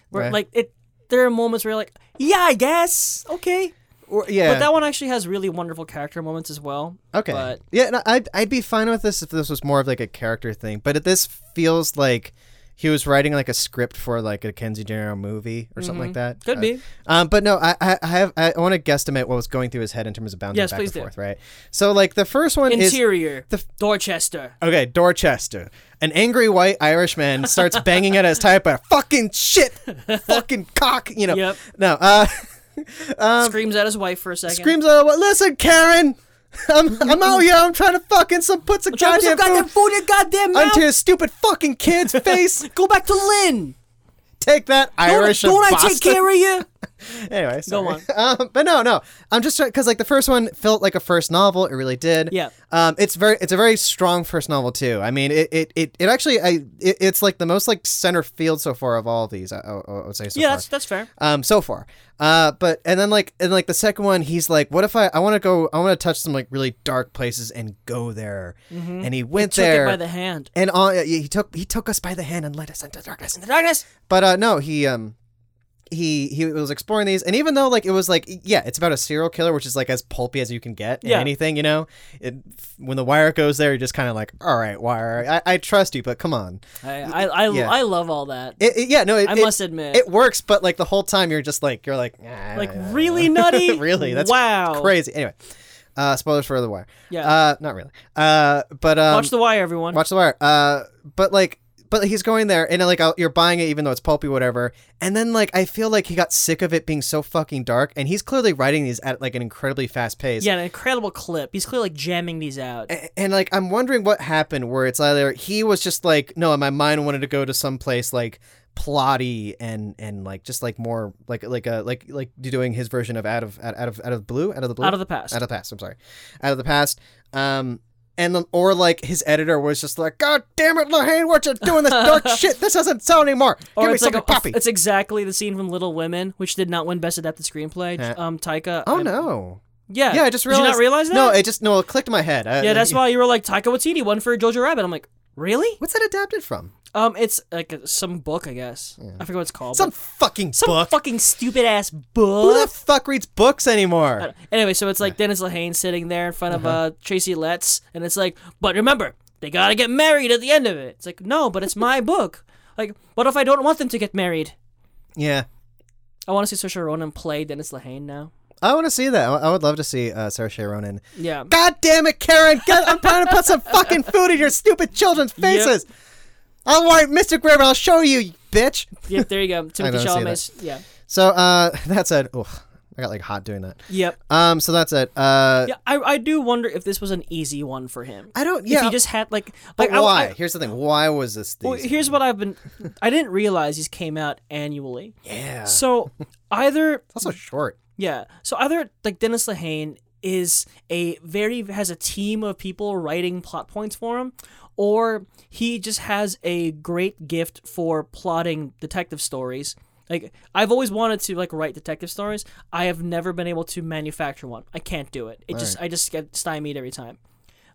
Speaker 2: where
Speaker 1: Right.
Speaker 2: like it. There are moments where you're like, yeah, I guess, okay.
Speaker 1: or- yeah.
Speaker 2: But that one actually has really wonderful character moments as well.
Speaker 1: okay.
Speaker 2: but-
Speaker 1: yeah, no, I'd I'd be fine with this if this was more of like a character thing, but it, this feels like he was writing like a script for like a Kenzie Gennaro movie or something like that.
Speaker 2: Mm-hmm. Could
Speaker 1: Uh,
Speaker 2: be.
Speaker 1: Um, but no, I I I have I want to guesstimate what was going through his head in terms of bouncing
Speaker 2: Yes,
Speaker 1: back
Speaker 2: please
Speaker 1: and
Speaker 2: do.
Speaker 1: forth, right? So like the first one is
Speaker 2: Interior,
Speaker 1: the f-
Speaker 2: Dorchester.
Speaker 1: Okay, Dorchester. An angry white Irishman starts banging at his typewriter. Fucking shit! Fucking cock! You know.
Speaker 2: Yep.
Speaker 1: No. Uh, Um,
Speaker 2: screams at his wife for a second.
Speaker 1: screams out, "Listen, Karen, I'm, I'm out here. I'm trying to fucking some put some
Speaker 2: Drop
Speaker 1: goddamn,
Speaker 2: some goddamn
Speaker 1: food
Speaker 2: food in your goddamn mouth.
Speaker 1: onto your stupid fucking kid's face.
Speaker 2: Go back to Lynn.
Speaker 1: Take that,
Speaker 2: Don't,
Speaker 1: Irish
Speaker 2: don't
Speaker 1: and
Speaker 2: I take
Speaker 1: Boston."
Speaker 2: care of you?
Speaker 1: Anyway, sorry.
Speaker 2: on.
Speaker 1: Um, but no, no. I'm just trying because like the first one felt like a first novel. It really did.
Speaker 2: Yeah.
Speaker 1: Um, it's very, it's a very strong first novel too. I mean, it, it, it, it actually, I, it, it's like the most like center field so far of all these. I, I, I would say so
Speaker 2: yeah,
Speaker 1: far.
Speaker 2: that's that's fair.
Speaker 1: um so far uh but and then like and like the second one he's like what if i i want to go i want to touch some like really dark places and go there and he went
Speaker 2: Mm-hmm. Took
Speaker 1: there
Speaker 2: it by the hand.
Speaker 1: and on he took he took us by the hand and led us into darkness
Speaker 2: The darkness.
Speaker 1: but uh no he um he he was exploring these and even though like it was like yeah it's about a serial killer which is like as pulpy as you can get in
Speaker 2: Yeah.
Speaker 1: anything you know it, when the wire goes there you're just kind of like all right wire I, I trust you but come on
Speaker 2: I I I,
Speaker 1: Yeah.
Speaker 2: I love all that.
Speaker 1: it, it- yeah no it,
Speaker 2: I
Speaker 1: it-
Speaker 2: must admit.
Speaker 1: it works but like the whole time you're just like you're like "Ah,
Speaker 2: like
Speaker 1: I don't
Speaker 2: really
Speaker 1: know."
Speaker 2: nutty.
Speaker 1: really that's
Speaker 2: wow.
Speaker 1: crazy. Anyway, uh, spoilers for The Wire.
Speaker 2: Yeah.
Speaker 1: Uh, not really. Uh, but um,
Speaker 2: Watch the wire, everyone.
Speaker 1: watch The Wire. Uh, but like, but he's going there, and like, I'll, you're buying it, even though it's pulpy, whatever. And then like, I feel like he got sick of it being so fucking dark, and he's clearly writing these at like an incredibly fast pace.
Speaker 2: yeah, an incredible clip. He's clearly like jamming these out.
Speaker 1: A- And like I'm wondering what happened where it's either he was just like no my mind wanted to go to some place like plotty and and like just like more like like a like like doing his version of out of out of out of blue out of the blue
Speaker 2: Out of the past.
Speaker 1: out of the past. I'm sorry, out of the past. Um, and then, or like his editor was just like, "God damn it, Lahane, what you doing this dark shit? This doesn't sell anymore. Give
Speaker 2: or
Speaker 1: me
Speaker 2: it's like
Speaker 1: something
Speaker 2: a,
Speaker 1: poppy."
Speaker 2: it's exactly the scene from Little Women, which did not win Best Adapted Screenplay.
Speaker 1: Yeah.
Speaker 2: Um, Taika.
Speaker 1: oh
Speaker 2: I-
Speaker 1: no.
Speaker 2: Yeah.
Speaker 1: Yeah, I just realized.
Speaker 2: Did you not realize that?
Speaker 1: No, it just no, it clicked in my head. Uh, I-
Speaker 2: yeah, that's why you were like Taika Waititi won for Jojo Rabbit. I'm like, really?
Speaker 1: What's that adapted from?
Speaker 2: Um, it's like a, some book, I guess. I forget what it's called.
Speaker 1: Some
Speaker 2: but-
Speaker 1: fucking
Speaker 2: some
Speaker 1: book.
Speaker 2: fucking stupid ass
Speaker 1: Who the
Speaker 2: book.
Speaker 1: fuck reads books anymore?
Speaker 2: Anyway, so it's like Dennis Lehane sitting there in front
Speaker 1: Uh-huh.
Speaker 2: of uh, Tracy Letts, and it's like, but remember, they gotta get married at the end of it. It's like, no, but it's my book. Like, what if I don't want them to get married?
Speaker 1: Yeah.
Speaker 2: I want to see Saoirse Ronan play Dennis Lehane now.
Speaker 1: I want to see that. I I would love to see uh, Sarah Ronan.
Speaker 2: Yeah.
Speaker 1: God damn it, Karen! God, I'm trying to put some fucking food in your stupid children's faces. All right, Mr. Gribber, I'll show you, you bitch.
Speaker 2: Yep, there you go. Timothy
Speaker 1: don't see
Speaker 2: Chalamet. Yeah.
Speaker 1: So uh, that's it. Oh, I got like hot doing that.
Speaker 2: Yep.
Speaker 1: Um, so that's it. Uh,
Speaker 2: Yeah, I, I do wonder if this was an easy one for him.
Speaker 1: I don't.
Speaker 2: If
Speaker 1: Yeah,
Speaker 2: he just had like,
Speaker 1: but
Speaker 2: like I-
Speaker 1: why?
Speaker 2: I-
Speaker 1: here's the thing. Why was this? The
Speaker 2: well, here's what I've been. I didn't realize these came out annually.
Speaker 1: yeah. It's
Speaker 2: So either
Speaker 1: also short.
Speaker 2: yeah. So either like Dennis Lehane is a very has a team of people writing plot points for him, or he just has a great gift for plotting detective stories. Like I've always wanted to like write detective stories. I have never been able to manufacture one. I can't do it. It just I just get stymied every time.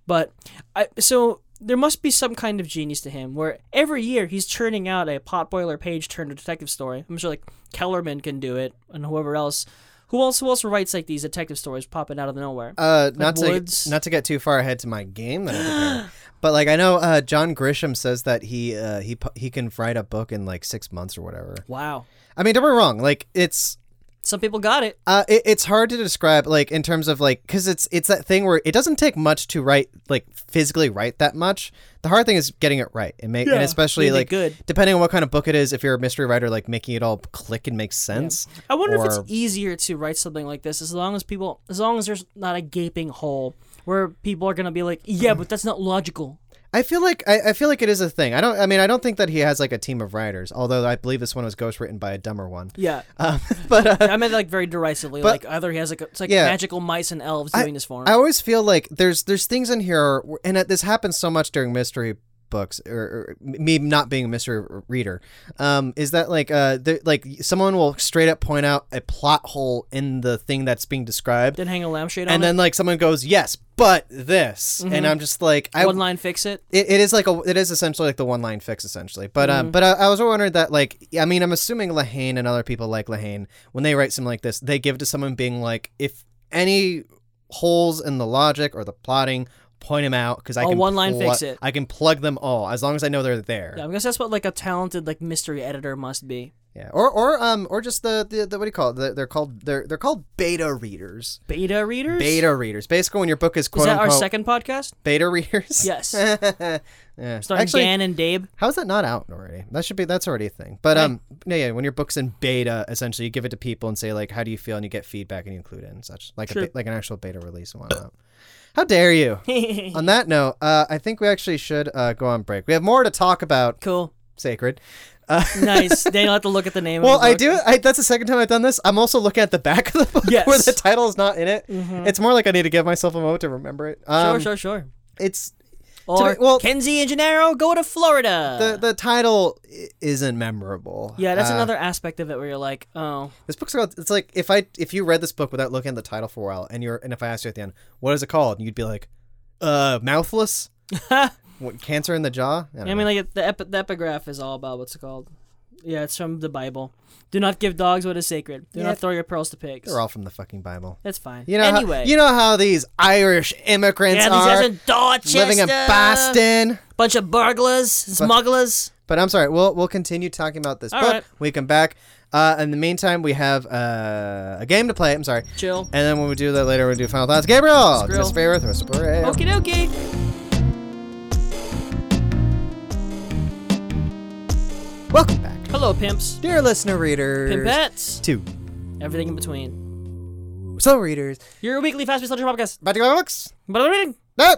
Speaker 2: But I so there must be some kind of genius to him where every year he's churning out a potboiler page turned detective story. I'm sure like Kellerman can do it and whoever else. Who else who else writes like these detective stories popping out of nowhere?
Speaker 1: Uh, not
Speaker 2: Woods?
Speaker 1: to not to get too far ahead to my game that I prepared, but like I know uh, John Grisham says that he uh, he pu- he can write a book in like six months or whatever.
Speaker 2: wow.
Speaker 1: I mean, don't be wrong. Like it's
Speaker 2: Some people got it.
Speaker 1: Uh, it, it's hard to describe, like in terms of like, because it's it's that thing where it doesn't take much to write, like physically write that much. The hard thing is getting it right, and, make, and especially
Speaker 2: Really
Speaker 1: like
Speaker 2: good.
Speaker 1: depending on what kind of book it is. If you're a mystery writer, like making it all click and make sense.
Speaker 2: I wonder if
Speaker 1: or-
Speaker 2: it's easier to write something like this as long as people, as long as there's not a gaping hole where people are gonna be like, yeah, but that's not logical.
Speaker 1: I feel like I, I feel like it is a thing. I don't. I mean, I don't think that he has like a team of writers. Although I believe this one was ghostwritten by a dumber one.
Speaker 2: Yeah,
Speaker 1: Um, but uh,
Speaker 2: I meant like very derisively. like either he has like a- it's like
Speaker 1: Yeah.
Speaker 2: magical mice and elves doing this for him.
Speaker 1: I always feel like there's there's things in here, where- and it, this happens so much during mystery books, or, or me not being a mystery reader, um, is that like uh, there- like someone will straight up point out a plot hole in the thing that's being described,
Speaker 2: Didn't hang a lampshade on
Speaker 1: and then like someone goes, "Yes, but this," and I'm just like,
Speaker 2: it.
Speaker 1: I
Speaker 2: One line fix it.
Speaker 1: it, it is like a it is essentially like the one line fix essentially but
Speaker 2: Mm-hmm.
Speaker 1: um but I, I was wondering that like i mean i'm assuming lahane and other people like lahane when they write something like this they give to someone being like if any holes in the logic or the plotting point them out because i
Speaker 2: Oh,
Speaker 1: can
Speaker 2: one line
Speaker 1: plu-
Speaker 2: fix it.
Speaker 1: i can plug them all as long as i know they're there
Speaker 2: Yeah, I guess that's what like a talented like mystery editor must be.
Speaker 1: yeah. or or um or just the, the, the what do you call it The- they're called they're they're called beta readers
Speaker 2: Beta readers.
Speaker 1: beta readers basically when your book is
Speaker 2: Is
Speaker 1: quote
Speaker 2: that our
Speaker 1: unquote
Speaker 2: second podcast?
Speaker 1: beta readers
Speaker 2: Yes.
Speaker 1: yeah.
Speaker 2: Starring
Speaker 1: Actually,
Speaker 2: Dan and Dabe.
Speaker 1: How is that not out already? That should be that's already a thing. But um, yeah, yeah, when your book's in beta, essentially you give it to people and say like, how do you feel, and you get feedback and you include it and such, like a,
Speaker 2: Sure.
Speaker 1: ba- like an actual beta release and whatnot. how dare you? on that note, uh, I think we actually should uh, go on break. We have more to talk about.
Speaker 2: cool.
Speaker 1: Sacred.
Speaker 2: Nice. They don't have to look at the name.
Speaker 1: Well,
Speaker 2: of the
Speaker 1: I
Speaker 2: book.
Speaker 1: do. I, that's the second time I've done this. I'm also looking at the back of the book where
Speaker 2: Yes. Mm-hmm.
Speaker 1: the title is not in it. It's more like I need to give myself a moment to remember it.
Speaker 2: Sure,
Speaker 1: Um,
Speaker 2: sure, sure.
Speaker 1: It's
Speaker 2: Or
Speaker 1: well-
Speaker 2: Kenzie and Gennaro go to Florida.
Speaker 1: the the title i- isn't memorable.
Speaker 2: yeah, that's
Speaker 1: Uh,
Speaker 2: another aspect of it where you're like, oh,
Speaker 1: This book's called. It's like if I if you read this book without looking at the title for a while, and you're and if I asked you at the end, what is it called? And you'd be like, uh, mouthless. what cancer in the jaw? I, don't
Speaker 2: I
Speaker 1: know.
Speaker 2: mean, like the, epi- the epigraph is all about what's it called. Yeah, it's from the Bible. Do not give dogs what is sacred. Do
Speaker 1: Yeah.
Speaker 2: not throw your pearls to pigs.
Speaker 1: they're all from the fucking Bible.
Speaker 2: That's fine.
Speaker 1: You know. how-
Speaker 2: anyway,
Speaker 1: you know how these Irish immigrants
Speaker 2: yeah, these
Speaker 1: are
Speaker 2: guys in Dorchester,
Speaker 1: living in Boston.
Speaker 2: bunch of burglars, and smugglers.
Speaker 1: But I'm sorry. We'll we'll continue talking about this
Speaker 2: All
Speaker 1: book.
Speaker 2: right.
Speaker 1: We come back. Uh, in the meantime, we have uh, a game to play. I'm sorry.
Speaker 2: Chill.
Speaker 1: And then when we do that later, we do final thoughts. Gabriel,
Speaker 2: Skrill.
Speaker 1: Chris Fairworth, Russell Perez.
Speaker 2: Okie dokie.
Speaker 1: Welcome back,
Speaker 2: Hello, pimps,
Speaker 1: dear listener readers.
Speaker 2: pimpettes,
Speaker 1: Two
Speaker 2: everything in between.
Speaker 1: slow readers.
Speaker 2: Your weekly fast-paced literature podcast.
Speaker 1: About to go to books.
Speaker 2: But I'm reading
Speaker 1: No,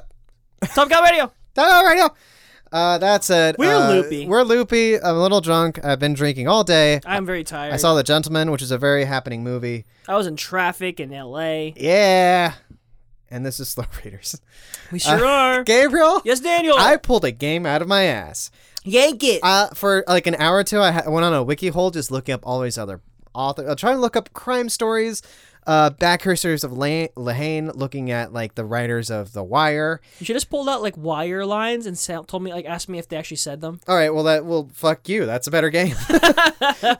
Speaker 2: Top Gun Radio.
Speaker 1: no, no, right now. Uh, that's it.
Speaker 2: We're
Speaker 1: Uh,
Speaker 2: loopy.
Speaker 1: We're loopy. I'm a little drunk. I've been drinking all day.
Speaker 2: I'm very tired.
Speaker 1: I saw The Gentleman, which is a very happening movie.
Speaker 2: I was in traffic in L.A.
Speaker 1: Yeah. And this is Slow Readers.
Speaker 2: We sure are.
Speaker 1: Gabriel,
Speaker 2: Yes, Daniel.
Speaker 1: Uh, I pulled a game out of my ass.
Speaker 2: Yank it.
Speaker 1: Uh, for like an hour or two, I ha- went on a wiki hole just looking up all these other authors. I'll try to look up crime stories, uh, backcursors of La- Lahane, looking at like the writers of The Wire.
Speaker 2: you should just pulled out like wire lines and sa- told me like asked me if they actually said them.
Speaker 1: All right, well that well fuck you. That's a better game.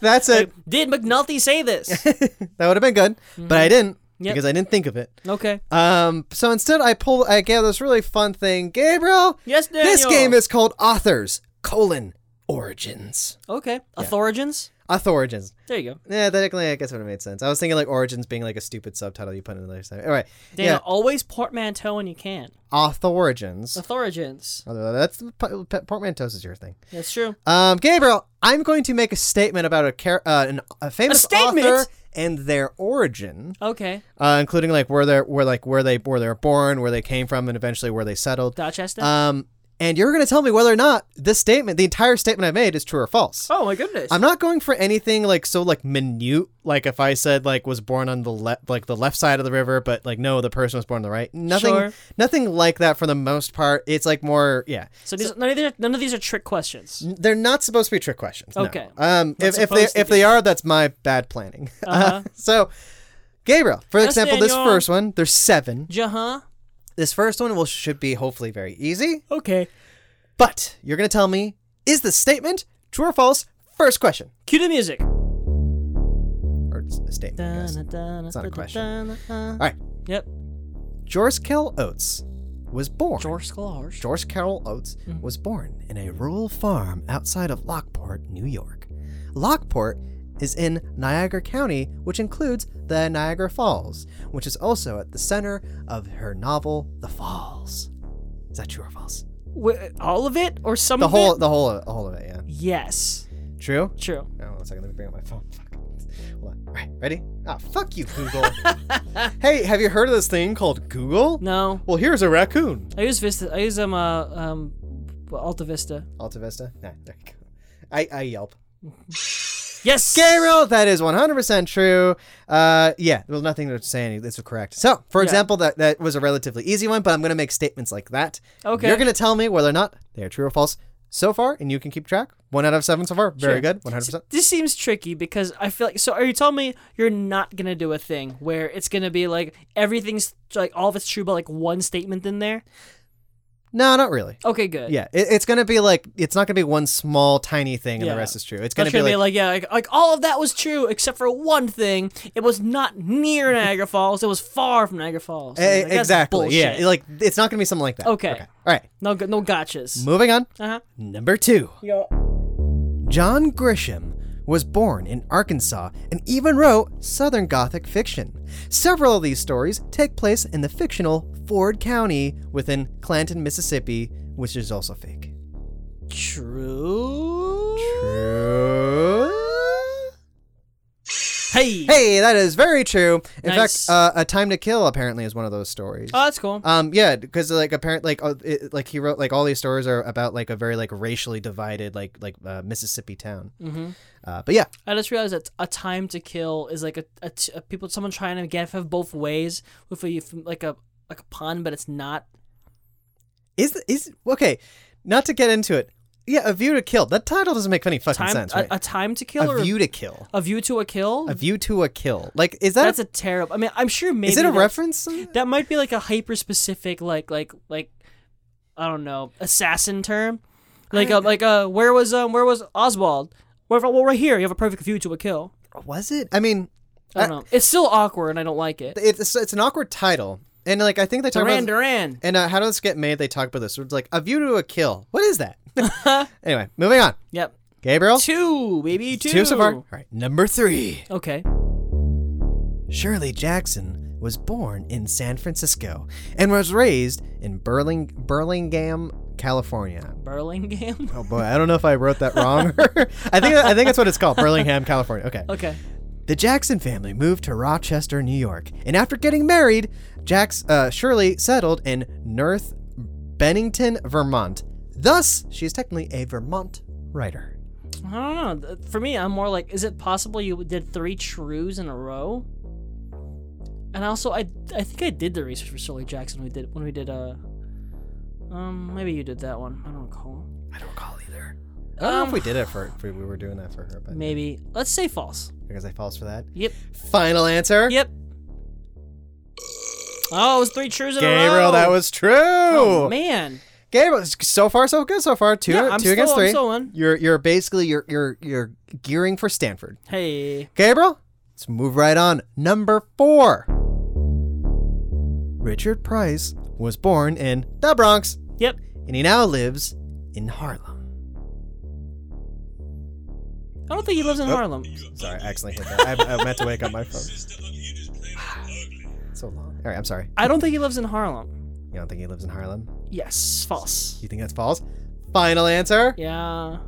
Speaker 1: That's it.
Speaker 2: Did McNulty say this?
Speaker 1: that would have been good, but I didn't
Speaker 2: Mhm. Yep.
Speaker 1: because I didn't think of it.
Speaker 2: okay.
Speaker 1: Um, so instead, I pulled. I gave this really fun thing, Gabriel.
Speaker 2: Yes, Daniel.
Speaker 1: This game is called Authors colon Origins.
Speaker 2: okay. Authorigins.
Speaker 1: Author Origins.
Speaker 2: There you go.
Speaker 1: Yeah, technically, I guess it would have made sense. I was thinking like Origins being like a stupid subtitle you put in the other side. All right,
Speaker 2: Daniel,
Speaker 1: yeah,
Speaker 2: always portmanteau when you can.
Speaker 1: Author Origins.
Speaker 2: Authorigins.
Speaker 1: Although that's portmanteaus is your thing.
Speaker 2: That's true.
Speaker 1: Um, Gabriel, I'm going to make a statement about a char- uh, an, a famous
Speaker 2: statement?
Speaker 1: author and their origin.
Speaker 2: Okay.
Speaker 1: uh, including like where they're where like where they where they were born, where they came from, and eventually where they settled.
Speaker 2: Dorchester.
Speaker 1: Um, and you're gonna tell me whether or not this statement, the entire statement I made, is true or false.
Speaker 2: oh my goodness.
Speaker 1: I'm not going for anything like so like minute. Like if I said like was born on the left like the left side of the river, but like no, the person was born on the right. Nothing,
Speaker 2: Sure.
Speaker 1: nothing like that for the most part. It's like more yeah.
Speaker 2: so these, none, of these are, none of these are trick questions.
Speaker 1: They're not supposed to be trick questions. no.
Speaker 2: Okay.
Speaker 1: Um, if, if they
Speaker 2: supposed to
Speaker 1: if they are, that's my bad planning.
Speaker 2: Uh-huh.
Speaker 1: so, Gabriel, for example, this
Speaker 2: Daniel.
Speaker 1: first one, there's seven.
Speaker 2: J- huh?
Speaker 1: This first one will should be hopefully very easy,
Speaker 2: Okay.
Speaker 1: but you're gonna tell me is the statement true or false? First question
Speaker 2: Cue the music.
Speaker 1: or s- statement. I guess.
Speaker 2: It's
Speaker 1: not a question.
Speaker 2: All
Speaker 1: right.
Speaker 2: Yep.
Speaker 1: George Kell Oates was born.
Speaker 2: George Sklarge.
Speaker 1: George Carroll Oates was born in a rural farm outside of Lockport, New York. Lockport is in Niagara County, which includes the Niagara Falls, which is also at the center of her novel The Falls. Is that true or false?
Speaker 2: Wh- all of it or some
Speaker 1: The
Speaker 2: of
Speaker 1: whole,
Speaker 2: it?
Speaker 1: the whole, the whole of it. Yeah.
Speaker 2: yes.
Speaker 1: True.
Speaker 2: True.
Speaker 1: Oh, one second. Let me bring up my phone. Fuck. Hold on. All right, ready? Ah, fuck you, Google. hey, have you heard of this thing called Google?
Speaker 2: No.
Speaker 1: Well, here's a raccoon.
Speaker 2: I use Vista. I use um uh, um Alta Vista.
Speaker 1: Alta Vista. Nah, there you go. I, I Yelp.
Speaker 2: Yes.
Speaker 1: Gabriel, that is 100% true. Uh, yeah, well, nothing to say. Any, that's correct. So, for
Speaker 2: Yeah.
Speaker 1: example, that, that was a relatively easy one, but I'm going to make statements like that.
Speaker 2: Okay.
Speaker 1: You're going to tell me whether or not they are true or false so far, and you can keep track. One out of seven so far. Very
Speaker 2: Sure.
Speaker 1: good. 100%.
Speaker 2: This seems tricky because I feel like so. Are you telling me you're not gonna do a thing where it's gonna be like everything's like all of it's true, but like one statement in there?
Speaker 1: No, not really.
Speaker 2: Okay, good.
Speaker 1: Yeah, it, it's going to be like, it's not going to be one small, tiny thing and
Speaker 2: Yeah.
Speaker 1: the rest is true. It's going
Speaker 2: That's
Speaker 1: to be
Speaker 2: gonna
Speaker 1: like,
Speaker 2: be like, yeah, like, like all of that was true except for one thing. It was not near Niagara Falls. It was far from Niagara Falls.
Speaker 1: E-
Speaker 2: Like, that's
Speaker 1: exactly. Yeah.
Speaker 2: bullshit.
Speaker 1: Like it's not going to be something like that.
Speaker 2: Okay.
Speaker 1: All right.
Speaker 2: no, g- no gotchas.
Speaker 1: Moving on.
Speaker 2: Uh
Speaker 1: Number two.
Speaker 2: huh.
Speaker 1: John Grisham was born in Arkansas and even wrote Southern Gothic fiction. Several of these stories take place in the fictional Ford County within Clanton, Mississippi, which is also fake.
Speaker 2: True.
Speaker 1: True.
Speaker 2: Hey.
Speaker 1: Hey, that is very true. In
Speaker 2: Nice.
Speaker 1: fact, uh, A Time to Kill apparently is one of those stories.
Speaker 2: Oh, that's cool.
Speaker 1: Um, yeah, because like apparent like uh, it, like he wrote like all these stories are about like a very like racially divided like like uh, Mississippi town.
Speaker 2: mm-hmm.
Speaker 1: Uh, but yeah,
Speaker 2: I just realized that a time to kill is like a, a, t- a people someone trying to get have both ways with a like a like a pun, but it's not.
Speaker 1: is is okay? Not to get into it. Yeah, a view to kill. That title doesn't make any fucking
Speaker 2: Time
Speaker 1: sense,
Speaker 2: a,
Speaker 1: right?
Speaker 2: a time to kill
Speaker 1: A,
Speaker 2: or a-
Speaker 1: view to kill.
Speaker 2: a view to a kill.
Speaker 1: A view to a kill. Like is that
Speaker 2: That's a terrible. I mean, I'm sure maybe
Speaker 1: is it a
Speaker 2: that-
Speaker 1: reference?
Speaker 2: That might be like a hyper specific like like like I don't know assassin term. Like a, like uh where was um where was Oswald? Where, well right here you have a perfect view to a kill.
Speaker 1: Was it? I mean,
Speaker 2: I don't know. It's still awkward and I don't like it.
Speaker 1: it's it's an awkward title, and like I think they talk
Speaker 2: Duran
Speaker 1: about.
Speaker 2: Duran.
Speaker 1: And uh, how does this get made? They talk about this. It's like a view to a kill. What is that? anyway, moving on.
Speaker 2: Yep.
Speaker 1: Gabriel,
Speaker 2: Two baby two.
Speaker 1: two so far. All right, number three.
Speaker 2: Okay.
Speaker 1: Shirley Jackson was born in San Francisco and was raised in Burling- Burlingame, California.
Speaker 2: Burlingame.
Speaker 1: Oh boy, I don't know if I wrote that wrong. I think I think that's what it's called, Burlingame, California. Okay.
Speaker 2: Okay.
Speaker 1: The Jackson family moved to Rochester, New York, and after getting married, Jacks uh, Shirley settled in North Bennington, Vermont. Thus, she is technically a Vermont writer.
Speaker 2: I don't know. Th- For me, I'm more like, is it possible you did three trues in a row? And also, I I think I did the research for Shirley Jackson. when We did when we did uh, um, maybe you did that one. I don't recall.
Speaker 1: I don't recall either. I don't know if
Speaker 2: Um,
Speaker 1: we did it for if we were doing that for her, but
Speaker 2: Maybe let's say false.
Speaker 1: because I falls for that.
Speaker 2: Yep.
Speaker 1: Final answer.
Speaker 2: Yep. Oh, it was three trues in a row.
Speaker 1: Gabriel, that was true.
Speaker 2: Oh, man.
Speaker 1: Gabriel, so far so good so far. Two,
Speaker 2: Yeah, I'm
Speaker 1: two against
Speaker 2: still- I'm
Speaker 1: three.
Speaker 2: still in.
Speaker 1: You're you're basically you're you're you're gearing for Stanford.
Speaker 2: Hey.
Speaker 1: Gabriel, let's move right on. Number four. Richard Price was born in the Bronx,
Speaker 2: Yep.
Speaker 1: and he now lives in Harlem.
Speaker 2: I don't think he lives in Harlem.
Speaker 1: Sorry, I accidentally hit that. I, I meant to wake up my phone. So long. All right, I'm sorry.
Speaker 2: I don't think he lives in Harlem.
Speaker 1: You don't think he lives in Harlem?
Speaker 2: Yes, false.
Speaker 1: You think that's false? Final answer.
Speaker 2: Yeah.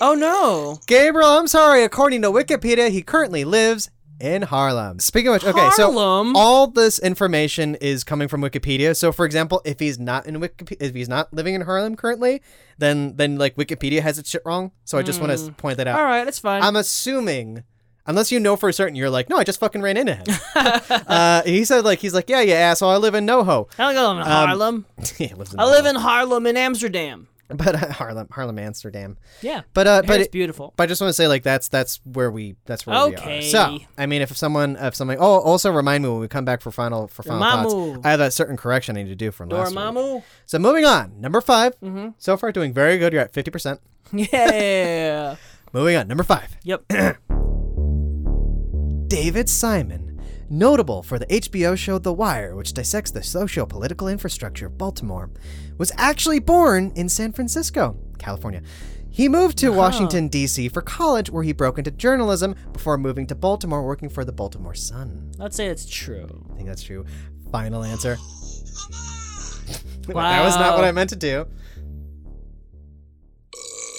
Speaker 2: Oh no.
Speaker 1: Gabriel, I'm sorry. According to Wikipedia, he currently lives in Harlem. Speaking of which, okay,
Speaker 2: Harlem?
Speaker 1: so all this information is coming from Wikipedia. So, for example, if he's not in Wikipedia, if he's not living in Harlem currently, then then like Wikipedia has its shit wrong. So I just want to point that out.
Speaker 2: Mm. All right, that's fine.
Speaker 1: I'm assuming. Unless you know for certain, you're like, no, I just fucking ran into him. uh, he said, like, he's like, yeah, yeah, asshole, I live in NoHo.
Speaker 2: I don't
Speaker 1: um,
Speaker 2: live in Harlem.
Speaker 1: he lives in
Speaker 2: I live in Harlem in Amsterdam.
Speaker 1: in, but uh, Harlem, Harlem, Amsterdam.
Speaker 2: Yeah,
Speaker 1: But uh,
Speaker 2: but
Speaker 1: but
Speaker 2: it's
Speaker 1: it,
Speaker 2: beautiful.
Speaker 1: But I just want to say, like, that's that's where we that's where we are.
Speaker 2: Okay.
Speaker 1: So I mean, if someone if someone oh also remind me when we come back for final for final
Speaker 2: Remind me.
Speaker 1: thoughts. I have a certain correction I need to do from last week.
Speaker 2: Dormammu. Mm-hmm.
Speaker 1: So moving on, number 5 So far, doing very good. You're at fifty percent.
Speaker 2: Yeah.
Speaker 1: Moving on, number five.
Speaker 2: yep.
Speaker 1: David Simon, notable for the HBO show The Wire, which dissects the socio-political infrastructure of Baltimore, was actually born in San Francisco, California. He moved
Speaker 2: Uh-huh.
Speaker 1: to Washington, D.C. for college, where he broke into journalism before moving to Baltimore, working for the Baltimore Sun.
Speaker 2: Let's say it's true.
Speaker 1: I think that's true. Final answer. that was not what I meant to do.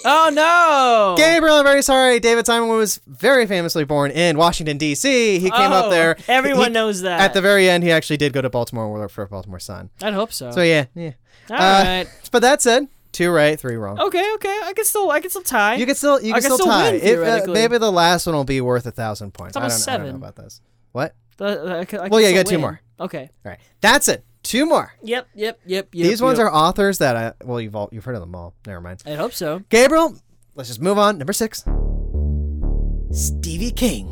Speaker 2: Oh no!
Speaker 1: Gabriel, I'm very sorry. David Simon was very famously born in Washington, D.C. He came
Speaker 2: Oh,
Speaker 1: up there.
Speaker 2: Everyone
Speaker 1: He-
Speaker 2: knows that.
Speaker 1: At the very end, he actually did go to Baltimore and work for Baltimore Sun.
Speaker 2: I'd hope so.
Speaker 1: So yeah, yeah.
Speaker 2: All
Speaker 1: uh,
Speaker 2: right.
Speaker 1: But that said, two right, three wrong.
Speaker 2: Okay, okay. I can still, I can still tie.
Speaker 1: You can still, you
Speaker 2: I
Speaker 1: can
Speaker 2: can
Speaker 1: still,
Speaker 2: still
Speaker 1: tie. If,
Speaker 2: win,
Speaker 1: uh,
Speaker 2: theoretically.
Speaker 1: maybe the last one will be worth a thousand points. I don't,
Speaker 2: almost
Speaker 1: I don't
Speaker 2: seven.
Speaker 1: know about this. What?
Speaker 2: The- the- uh, I can- I can
Speaker 1: Well, yeah, you
Speaker 2: still
Speaker 1: got two
Speaker 2: win.
Speaker 1: more.
Speaker 2: Okay.
Speaker 1: All right, that's it. Two more.
Speaker 2: Yep, yep, yep, yep.
Speaker 1: These ones
Speaker 2: yep.
Speaker 1: are authors that I well, you've all, you've heard of them all. Never mind.
Speaker 2: I'd hope so.
Speaker 1: Gabriel, let's just move on. Number six. Stevie King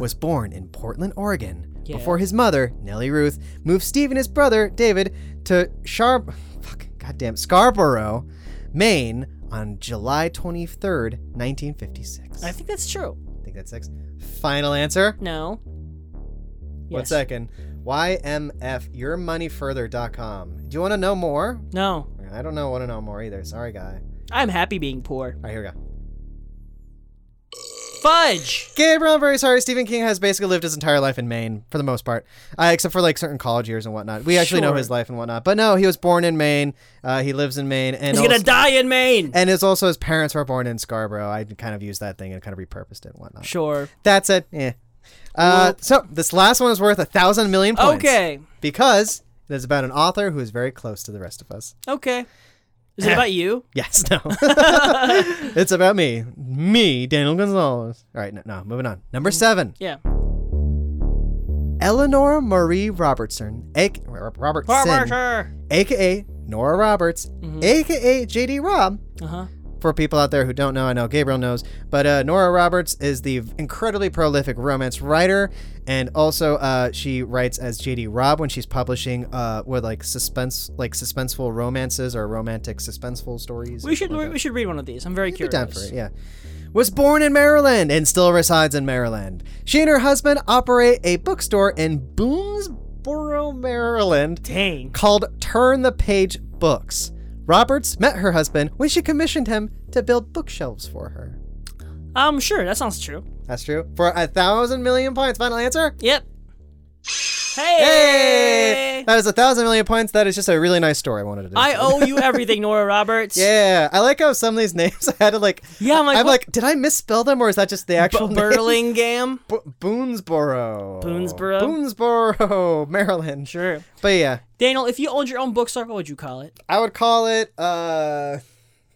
Speaker 1: was born in Portland, Oregon,
Speaker 2: Yeah.
Speaker 1: before his mother, Nellie Ruth, moved Steve and his brother, David, to Shar- fuck, goddamn, Scarborough, Maine on July 23rd, 1956.
Speaker 2: I think that's true.
Speaker 1: I think that's six. Final answer.
Speaker 2: No.
Speaker 1: One
Speaker 2: Yes.
Speaker 1: second. YMFYourMoneyFurther.com. Do you want to know more?
Speaker 2: No.
Speaker 1: I don't know. Want to know more either? Sorry, guy.
Speaker 2: I'm happy being poor.
Speaker 1: All right, here we go.
Speaker 2: Fudge.
Speaker 1: Gabriel, I'm very sorry. Stephen King has basically lived his entire life in Maine for the most part, uh, except for like certain college years and whatnot. We actually know
Speaker 2: Sure.
Speaker 1: his life and whatnot, but no, he was born in Maine. Uh, he lives in Maine, and
Speaker 2: He's gonna
Speaker 1: also-
Speaker 2: die in Maine.
Speaker 1: and it's also his parents were born in Scarborough. I kind of used that thing and kind of repurposed it and whatnot.
Speaker 2: Sure.
Speaker 1: That's it. Yeah. Uh, so this last one is worth a thousand million points.
Speaker 2: Okay.
Speaker 1: Because it is about an author who is very close to the rest of us.
Speaker 2: Okay. Is it about you?
Speaker 1: Yes, no. it's about me. Me, Daniel Gonzalez. All right, no, no moving on. Number seven.
Speaker 2: Yeah.
Speaker 1: Eleanor Marie Robertson, aka Robertson,
Speaker 2: Barber.
Speaker 1: aka Nora Roberts,
Speaker 2: Mm-hmm.
Speaker 1: aka JD Robb.
Speaker 2: Uh huh.
Speaker 1: For people out there who don't know, I know Gabriel knows, but uh, Nora Roberts is the incredibly prolific romance writer, and also uh, she writes as JD Robb when she's publishing uh, with like suspense, like suspenseful romances or romantic suspenseful stories.
Speaker 2: We should we should read one of these. I'm very
Speaker 1: Be
Speaker 2: curious.
Speaker 1: down for it, yeah. Was born in Maryland and still resides in Maryland. She and her husband operate a bookstore in Boonesboro, Maryland,
Speaker 2: Dang.
Speaker 1: called Turn the Page Books. Roberts met her husband when she commissioned him to build bookshelves for her.
Speaker 2: Um, sure. That sounds true.
Speaker 1: That's true. For a thousand million points. Final answer?
Speaker 2: Yep. Hey.
Speaker 1: Hey! That was a thousand million points. That is just a really nice story I wanted to do.
Speaker 2: I owe you everything, Nora Roberts.
Speaker 1: yeah, I like how some of these names I had to like.
Speaker 2: Yeah, I'm like,
Speaker 1: I'm
Speaker 2: what-
Speaker 1: like, did I misspell them or is that just the actual
Speaker 2: Bu-
Speaker 1: name?
Speaker 2: Burlingame.
Speaker 1: Bo- Boonesboro.
Speaker 2: Boonesboro?
Speaker 1: Boonesboro, Maryland.
Speaker 2: Sure.
Speaker 1: But yeah,
Speaker 2: Daniel, if you owned your own bookstore, what would you call it?
Speaker 1: I would call it. uh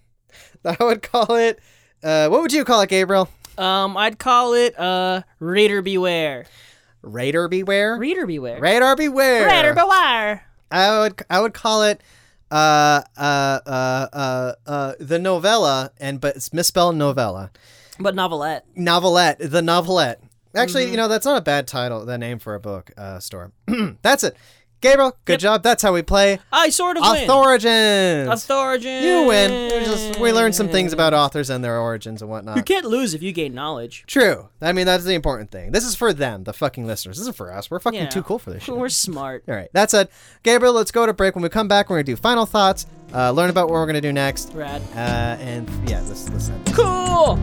Speaker 1: I would call it. uh What would you call it, Gabriel?
Speaker 2: Um, I'd call it uh Reader Beware.
Speaker 1: Radar beware.
Speaker 2: Reader Beware.
Speaker 1: Radar beware.
Speaker 2: Reader Beware.
Speaker 1: I would. I would call it. Uh, uh, uh, uh, uh, the novella, and but it's misspelled novella,
Speaker 2: But novelette.
Speaker 1: novelette, the novelette. Actually,
Speaker 2: Mm-hmm.
Speaker 1: you know that's not a bad title, the name for a book uh, store. that's it, Gabriel. Good job. That's how we play
Speaker 2: I sort of win.
Speaker 1: Authorigins.
Speaker 2: Authorigin.
Speaker 1: You win. We just we learned some things about authors and their origins and
Speaker 2: You
Speaker 1: whatnot.
Speaker 2: can't lose if you gain knowledge.
Speaker 1: True. I mean, that's the important thing. This is for them, the fucking listeners. This is for us. We're fucking
Speaker 2: Yeah.
Speaker 1: too cool for this shit.
Speaker 2: We're smart.
Speaker 1: All right. That said, Gabriel, let's go to break. When we come back, we're gonna do final thoughts, uh, learn about what we're gonna do next, uh,
Speaker 2: Rad.
Speaker 1: and yeah, let's listen.
Speaker 2: Cool.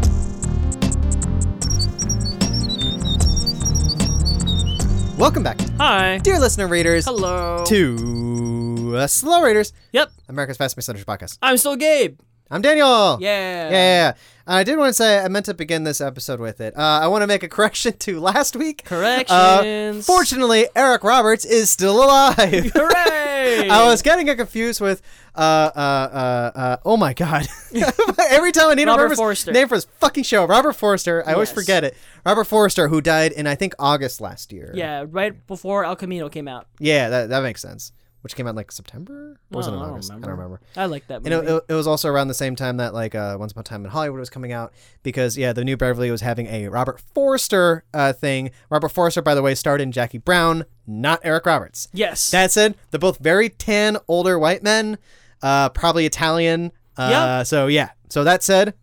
Speaker 1: Welcome back,
Speaker 2: Hi.
Speaker 1: dear listener readers,
Speaker 2: Hello.
Speaker 1: to uh, Slow Readers,
Speaker 2: Yep.
Speaker 1: America's Fast Misunderstood Podcast.
Speaker 2: I'm still Gabe.
Speaker 1: I'm Daniel.
Speaker 2: Yeah.
Speaker 1: Yeah, yeah, yeah. I did want to say I meant to begin this episode with it. Uh, I want to make a correction to last week. Uh,
Speaker 2: Corrections.
Speaker 1: fortunately, Eric Roberts is still alive.
Speaker 2: Hooray!
Speaker 1: I was getting it confused with, uh, uh, uh, uh oh my god! Every time I need to
Speaker 2: Robert
Speaker 1: remember his
Speaker 2: Forster.
Speaker 1: name for his fucking show, Robert Forster. I always
Speaker 2: Yes.
Speaker 1: forget it. Robert Forster, who died in I think August last year.
Speaker 2: Yeah, right before El Camino came out.
Speaker 1: yeah, that, that makes sense. Which came out like September? Or was
Speaker 2: Oh,
Speaker 1: it in
Speaker 2: I don't
Speaker 1: August? I don't
Speaker 2: remember.
Speaker 1: remember.
Speaker 2: I like that movie.
Speaker 1: And it, it, it was also around the same time that like uh, Once Upon a Time in Hollywood was coming out because yeah, the New Beverly was having a Robert Forster uh, thing. Robert Forster, by the way, starred in Jackie Brown, not Eric Roberts.
Speaker 2: yes.
Speaker 1: That said, they're both very tan, older white men, uh, probably Italian. Uh,
Speaker 2: Yeah.
Speaker 1: So yeah. So that said,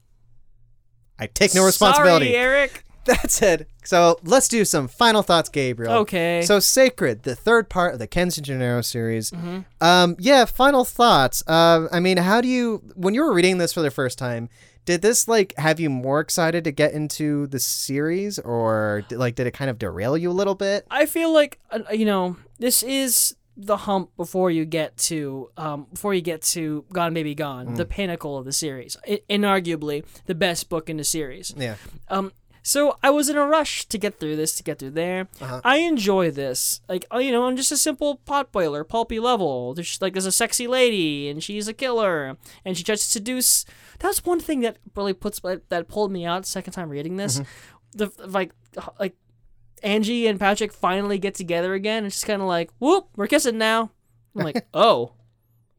Speaker 1: I take no responsibility.
Speaker 2: Sorry, Eric.
Speaker 1: That said, so let's do some final thoughts, Gabriel.
Speaker 2: Okay.
Speaker 1: So Sacred, the third part of the Ken Gennaro series.
Speaker 2: Mm-hmm.
Speaker 1: Um, yeah, final thoughts. Uh, I mean, how do you, when you were reading this for the first time, Did this like have you more excited to get into the series, or did, like did it kind of derail you a little bit?
Speaker 2: I feel like uh, you know this is the hump before you get to um, before you get to Gone Baby Gone,
Speaker 1: Mm.
Speaker 2: the pinnacle of the series, I- inarguably the best book in the series.
Speaker 1: Yeah.
Speaker 2: Um, so I was in a rush to get through this, to get through there.
Speaker 1: Uh-huh.
Speaker 2: I enjoy this, like oh, you know, I'm just a simple potboiler, pulpy level. There's like there's a sexy lady and she's a killer and she tries to seduce. That's one thing that really puts uh, that pulled me out second time reading this.
Speaker 1: Mm-hmm.
Speaker 2: The like like Angie and Patrick finally get together again. It's just kind of like, whoop, we're kissing now. I'm like, oh,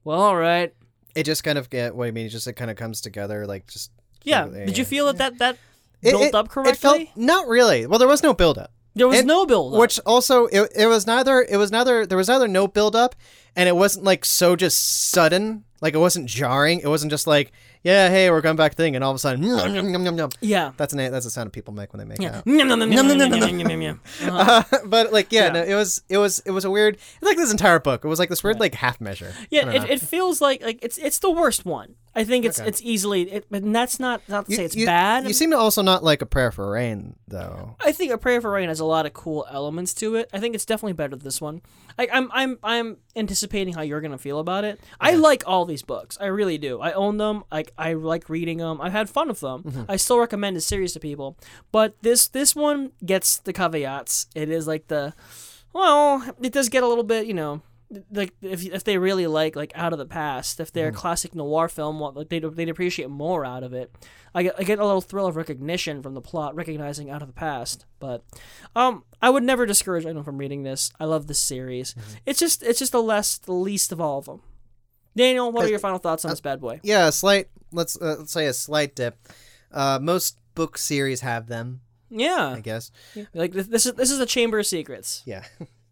Speaker 2: well, all right.
Speaker 1: It just kind of get what I mean. It just it kind of comes together, like just
Speaker 2: Yeah.
Speaker 1: Yeah,
Speaker 2: Did
Speaker 1: Oh,
Speaker 2: you
Speaker 1: yeah.
Speaker 2: feel that that, that
Speaker 1: It-
Speaker 2: built
Speaker 1: it-
Speaker 2: up correctly?
Speaker 1: It felt not really. Well, there was no build up.
Speaker 2: there was
Speaker 1: it-
Speaker 2: no build up.
Speaker 1: Which also it, it was neither it was neither there was neither no build up and it wasn't like so just sudden like it wasn't jarring it wasn't just like yeah hey we're going back thing and all of a sudden "Nom, nom, nom, nom, nom."
Speaker 2: yeah.
Speaker 1: that's an that's the sound people make when they make
Speaker 2: Yeah.
Speaker 1: out
Speaker 2: Nom, nom, nom, nom, nom, nom, nom, nom, nom, nom. Uh-huh.
Speaker 1: uh, but like yeah,
Speaker 2: Yeah.
Speaker 1: No, it was it was it was a weird like this entire book it was like this weird like half measure I
Speaker 2: Yeah,
Speaker 1: don't
Speaker 2: it,
Speaker 1: know.
Speaker 2: it feels like like it's it's the worst one. I think it's it's easily it, and that's not not to say it's
Speaker 1: you,
Speaker 2: bad.
Speaker 1: you seem to also not like a prayer for rain though
Speaker 2: I think A Prayer for Rain has a lot of cool elements to it. I think it's definitely better than this one. I, I'm I'm I'm anticipating how you're gonna feel about it. I like all these books. I really do. I own them. Like I like reading them. I've had fun with them.
Speaker 1: Mm-hmm.
Speaker 2: I still recommend the series to people. But this this one gets the caveats. It is like the well, it does get a little bit you know. Like if, if they really like like out of the past, if they're a classic noir film, what like they'd, they'd appreciate more out of it. I get, I get a little thrill of recognition from the plot, recognizing out of the past. But um, I would never discourage anyone from reading this. I love this series. It's just it's just the less the least of all of them. Daniel, what are your final
Speaker 1: uh,
Speaker 2: thoughts on this bad boy?
Speaker 1: yeah a slight let's uh, let's say a slight dip uh, most book series have them
Speaker 2: Yeah,
Speaker 1: I guess
Speaker 2: like this, this is this is the Chamber of Secrets,
Speaker 1: Yeah.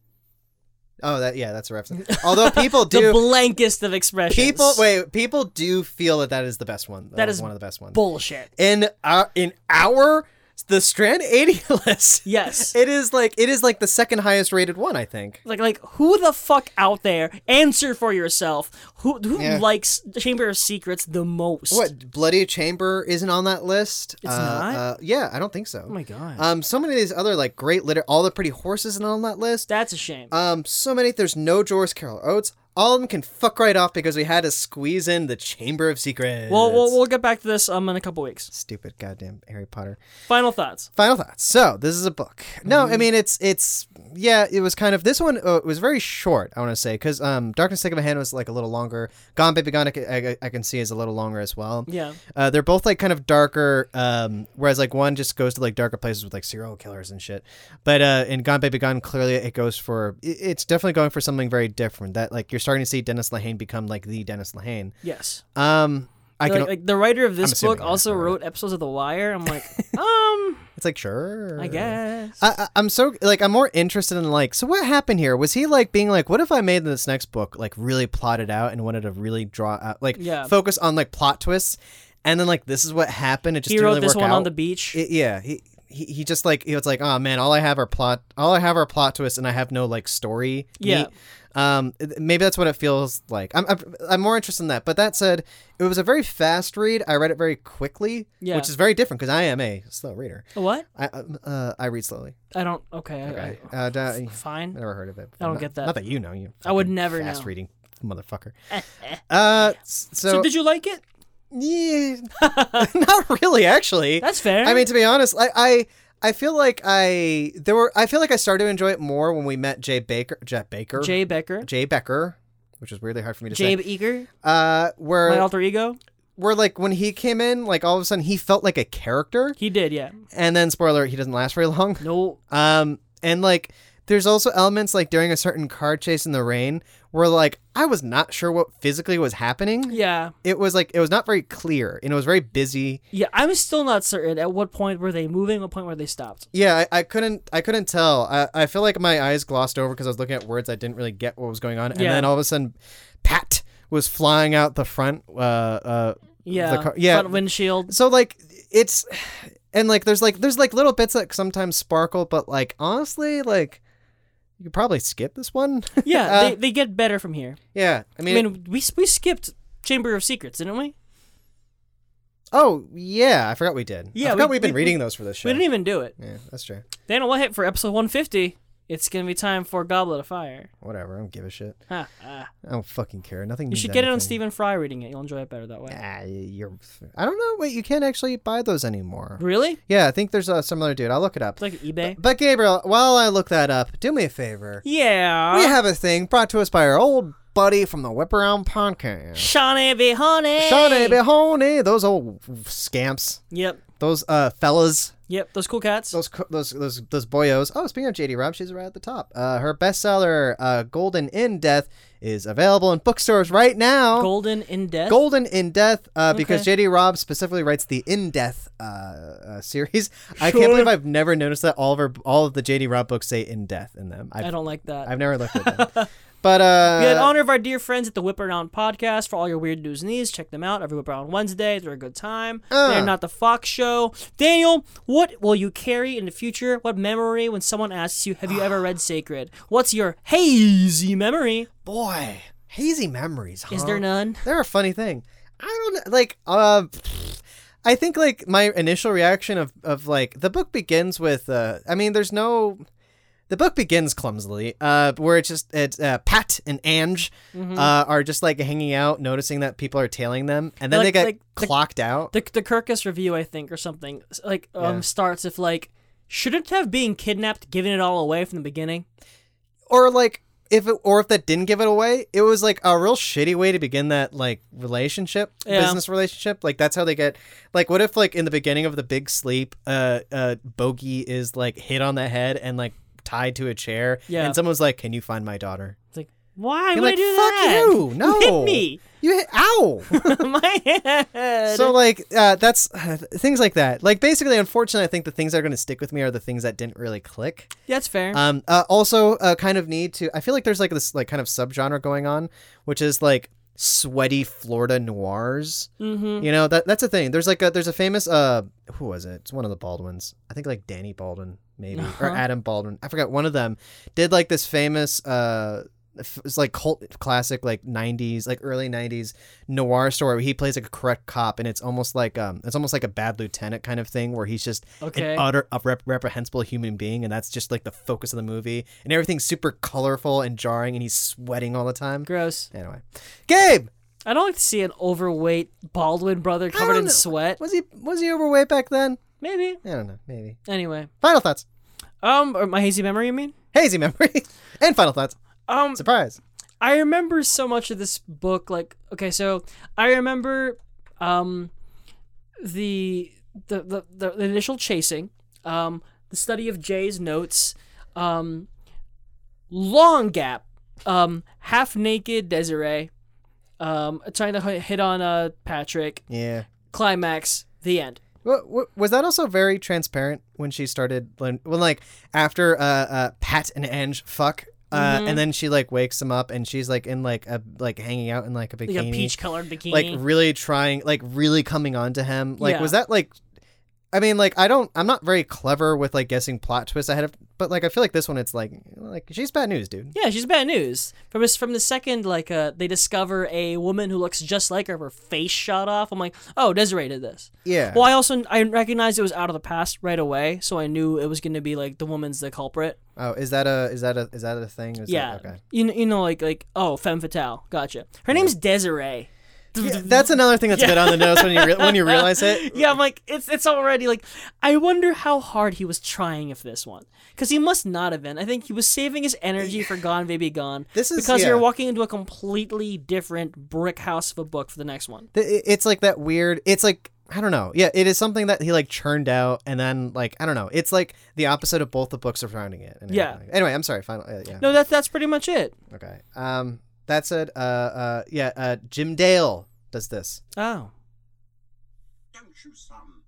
Speaker 1: Oh, that yeah, that's a reference. Although people
Speaker 2: the
Speaker 1: do,
Speaker 2: blankest of expressions.
Speaker 1: people wait, people do feel that that is the best one.
Speaker 2: That
Speaker 1: uh,
Speaker 2: is
Speaker 1: one of the best ones.
Speaker 2: bullshit.
Speaker 1: in our in our the Strand eighty list,
Speaker 2: Yes,
Speaker 1: it is like it is like the second highest rated one. I think.
Speaker 2: like like who the fuck out there answer for yourself? Who who
Speaker 1: Yeah.
Speaker 2: likes the Chamber of Secrets the most?
Speaker 1: What Bloody Chamber isn't on that list? It's
Speaker 2: not?
Speaker 1: Uh, yeah, I don't think so.
Speaker 2: Oh my god,
Speaker 1: Um, so many of these other like great liter, all the pretty horses and on that list.
Speaker 2: that's a shame.
Speaker 1: Um, so many. There's no Joris Carol Oates. All of them can fuck right off because we had to squeeze in the Chamber of Secrets.
Speaker 2: Well, we'll, we'll get back to this um in a couple weeks.
Speaker 1: stupid goddamn Harry Potter.
Speaker 2: Final thoughts.
Speaker 1: Final thoughts. So this is a book. No,
Speaker 2: Mm-hmm.
Speaker 1: I mean it's it's yeah. It was kind of this one. Uh, it was very short. I want to say because um, Darkness Take of a Hand was like a little longer. Gone Baby Gone, I, ca- I, I can see is a little longer as well.
Speaker 2: Yeah.
Speaker 1: Uh, they're both like kind of darker. Um, whereas like one just goes to like darker places with like serial killers and shit. But uh, in Gone Baby Gone, clearly it goes for it- it's definitely going for something very different. That like you're starting to see Dennis Lehane become like the Dennis Lehane.
Speaker 2: Yes.
Speaker 1: Um, I
Speaker 2: like,
Speaker 1: can.
Speaker 2: like, the writer of
Speaker 1: I'm
Speaker 2: this
Speaker 1: assuming
Speaker 2: book
Speaker 1: that's
Speaker 2: also
Speaker 1: right.
Speaker 2: wrote episodes of The Wire. I'm like, um,
Speaker 1: it's like sure.
Speaker 2: I guess.
Speaker 1: Uh, I, I- I'm so like I'm more interested in like so what happened here was he like being like what if I made this next book like really plotted out and wanted to really draw out like
Speaker 2: Yeah.
Speaker 1: focus on like plot twists and then like this is what happened it just
Speaker 2: he
Speaker 1: didn't
Speaker 2: wrote
Speaker 1: really
Speaker 2: this
Speaker 1: work
Speaker 2: one
Speaker 1: out.
Speaker 2: on the beach.
Speaker 1: It- yeah he, he he just like he was like oh man all I have are plot all I have are plot twists and I have no like story
Speaker 2: Yeah.
Speaker 1: meat." um th- maybe that's what it feels like I'm, I'm I'm more interested in that but that said it was a very fast read I read it very quickly
Speaker 2: Yeah.
Speaker 1: which is very different because I am a slow reader
Speaker 2: what?
Speaker 1: I um, uh, I read slowly
Speaker 2: I don't. Okay. I-
Speaker 1: Okay.
Speaker 2: I,
Speaker 1: Uh, da-
Speaker 2: fine.
Speaker 1: never heard of it.
Speaker 2: I don't
Speaker 1: Not-
Speaker 2: get that.
Speaker 1: Not that you know you.
Speaker 2: I would
Speaker 1: fucking
Speaker 2: never
Speaker 1: fast
Speaker 2: know. Eh,
Speaker 1: reading motherfucker. uh, s- so,
Speaker 2: So, did you like it?
Speaker 1: yeah, not really actually.
Speaker 2: That's fair.
Speaker 1: I mean, to be honest, I, I I feel like I there were I feel like I started to enjoy it more when we met Jay Baker, Jet Baker,
Speaker 2: Jay Becker,
Speaker 1: Jay Becker, which is weirdly hard for me to
Speaker 2: Jay
Speaker 1: say.
Speaker 2: Eager,
Speaker 1: Uh,
Speaker 2: my
Speaker 1: where
Speaker 2: alter ego.
Speaker 1: where like when he came in, like all of a sudden he felt like a character,
Speaker 2: He did, yeah.
Speaker 1: and then spoiler, he doesn't last very long.
Speaker 2: No,
Speaker 1: Um, and like, there's also elements like during a certain car chase in the rain where like I was not sure what physically was happening.
Speaker 2: yeah,
Speaker 1: It was like it was not very clear and it was very busy.
Speaker 2: yeah. I'm still not certain at what point were they moving, what point were they stopped.
Speaker 1: Yeah, I, I couldn't I couldn't tell. I, I feel like my eyes glossed over because I was looking at words I didn't really get what was going on. And
Speaker 2: Yeah.
Speaker 1: then all of a sudden, Pat was flying out the front. Uh, uh,
Speaker 2: Yeah,
Speaker 1: car- yeah.
Speaker 2: front windshield.
Speaker 1: so like it's and like there's like there's like little bits that sometimes sparkle, but like honestly, like you could probably skip this one.
Speaker 2: Yeah,
Speaker 1: Uh,
Speaker 2: they, they get better from here.
Speaker 1: yeah,
Speaker 2: I mean, we we skipped Chamber of Secrets, didn't we?
Speaker 1: Oh yeah, I forgot we did.
Speaker 2: Yeah,
Speaker 1: I forgot
Speaker 2: we-
Speaker 1: we, have been
Speaker 2: we-
Speaker 1: reading those for this show.
Speaker 2: We didn't even do it.
Speaker 1: yeah, that's true.
Speaker 2: Dana, what hit for episode 150? It's gonna be time for Goblet of Fire.
Speaker 1: Whatever. I don't give a shit.
Speaker 2: Ha, ha.
Speaker 1: I don't fucking care. Nothing.
Speaker 2: You should get it on Stephen Fry reading it. You'll enjoy it better that way.
Speaker 1: Ah, you're. I don't know. Wait, you can't actually buy those anymore.
Speaker 2: Really?
Speaker 1: Yeah, I think there's uh, some other dude. I'll look it up.
Speaker 2: It's like eBay.
Speaker 1: But Gabriel, while I look that up, do me a favor.
Speaker 2: yeah.
Speaker 1: We have a thing brought to us by our old buddy from the Whip Around Podcast.
Speaker 2: Shawnee be honey.
Speaker 1: Shawnee Behoney, those old scamps,
Speaker 2: Yep.
Speaker 1: those uh fellas,
Speaker 2: Yep. Those cool cats.
Speaker 1: those co- those those those boyos. Oh, speaking of JD Robb, she's right at the top. Uh, her bestseller, uh, Golden in Death, is available in bookstores right now.
Speaker 2: Golden in death.
Speaker 1: Golden in Death, uh, because JD Robb specifically writes the In Death uh, uh, series. I can't
Speaker 2: Sure.
Speaker 1: believe I've never noticed that all of her, all of the JD Robb books say In Death in them. I've,
Speaker 2: I don't like that.
Speaker 1: I've never looked at that. But uh,
Speaker 2: Yeah, in honor of our dear friends at the Whip Around Podcast, for all your weird news and needs, check them out every Whip Around Wednesday. They're a good time.
Speaker 1: Uh.
Speaker 2: They're not the Fox show. Daniel, what will you carry in the future? What memory when someone asks you, have you ever read Sacred? What's your hazy memory?
Speaker 1: boy, hazy memories. Huh?
Speaker 2: Is there none?
Speaker 1: They're a funny thing. I don't know, like. Uh, I think like my initial reaction of of like the book begins with. Uh, I mean, there's no. The book begins clumsily, uh, where it's just it's uh, Pat and Ange
Speaker 2: Mm-hmm.
Speaker 1: uh, are just like hanging out, noticing that people are tailing them, and then
Speaker 2: Like-
Speaker 1: they get
Speaker 2: like the-
Speaker 1: clocked out.
Speaker 2: The, the Kirkus review, I think, or something, s- like um
Speaker 1: Yeah.
Speaker 2: starts if like, shouldn't have being kidnapped given it all away from the beginning?
Speaker 1: or like if it, or if that didn't give it away, it was like a real shitty way to begin that like relationship,
Speaker 2: Yeah.
Speaker 1: business relationship. Like that's how they get. Like, what if like in the beginning of the Big Sleep, uh, uh, Bogey is like hit on the head and like tied to a chair,
Speaker 2: Yeah.
Speaker 1: and someone's like, "Can you find my daughter?"
Speaker 2: It's like, why
Speaker 1: You're
Speaker 2: would I
Speaker 1: like,
Speaker 2: do
Speaker 1: "Fuck
Speaker 2: that?
Speaker 1: you! No,
Speaker 2: hit me,
Speaker 1: You hit. Ow!
Speaker 2: my head.
Speaker 1: so like uh, that's things like that. Like basically, unfortunately, I think the things that are going to stick with me are the things that didn't really click.
Speaker 2: that's fair.
Speaker 1: Um, uh, also, uh, kind of need to. I feel like there's like this like kind of subgenre going on, which is like sweaty Florida noirs.
Speaker 2: mm-hmm.
Speaker 1: You know that that's a thing. There's like a there's a famous uh who was it? It's one of the Baldwins. I think like Danny Baldwin maybe or
Speaker 2: Uh-huh.
Speaker 1: Adam Baldwin. I forgot. One of them did like this famous uh. f- It's like cult classic, like '90s, like early '90s noir story. Where he plays like a corrupt cop, and it's almost like um, it's almost like a bad lieutenant kind of thing, where he's just
Speaker 2: Okay.
Speaker 1: an utter uprep- reprehensible human being, and that's just like the focus of the movie. And everything's super colorful and jarring, and he's sweating all the time.
Speaker 2: Gross.
Speaker 1: Anyway, Gabe,
Speaker 2: I don't like to see an overweight Baldwin brother covered
Speaker 1: don't
Speaker 2: in
Speaker 1: know.
Speaker 2: sweat.
Speaker 1: was he was he overweight back then?
Speaker 2: Maybe.
Speaker 1: I don't know. Maybe.
Speaker 2: Anyway.
Speaker 1: Final thoughts,
Speaker 2: Um, or my hazy memory, you mean?
Speaker 1: hazy memory, and final thoughts.
Speaker 2: Um,
Speaker 1: Surprise.
Speaker 2: I remember so much of this book. Like, okay, so I remember, um, the the the, the, the initial chasing, um, the study of Jay's notes, um, long gap, um, half naked Desiree, um, trying to hi- hit on uh Patrick,
Speaker 1: Yeah.
Speaker 2: climax, the end.
Speaker 1: Wa- wa- Was that also very transparent when she started? When, when like after uh, uh, Pat and Ange fuck, uh, and then she like wakes him up, and she's like in like a like hanging out in like a bikini.
Speaker 2: Like a peach colored bikini.
Speaker 1: like really trying like really coming on to him like
Speaker 2: Mm-hmm. Yeah.
Speaker 1: was that like i mean like i don't i'm not very clever with like guessing plot twists ahead of but like i feel like this one it's like like she's bad news dude
Speaker 2: Yeah, she's bad news. From this, from the second, like, uh, they discover a woman who looks just like her, her face shot off. I'm like, oh, Desiree did this.
Speaker 1: yeah
Speaker 2: Well, I also I recognized it was out of the past right away, so I knew it was going to be like the woman's the culprit.
Speaker 1: oh is that a is that a is that a thing is
Speaker 2: yeah,
Speaker 1: that, okay
Speaker 2: you kn- you know, like like oh, femme fatale. Gotcha. Her name's Desiree.
Speaker 1: Yeah, that's another thing that's a bit on the nose when you re- when you realize it
Speaker 2: Yeah, I'm like it's it's already like I wonder how hard he was trying if this one because he must not have been. I think he was saving his energy for Gone Baby Gone.
Speaker 1: This is-
Speaker 2: because you're
Speaker 1: yeah.
Speaker 2: walking into a completely different brick house of a book for the next one.
Speaker 1: Th- it- it's like that weird it's like I don't know. Yeah, it is something that he like churned out, and then like I don't know. It's like the opposite of both the books surrounding it. and
Speaker 2: Yeah.
Speaker 1: everything. Anyway, I'm sorry. Final. Uh, yeah.
Speaker 2: No, that that's pretty much it.
Speaker 1: Okay. Um. That said, uh, uh, yeah, uh, Jim Dale does this.
Speaker 2: Oh,
Speaker 3: Don't you, son?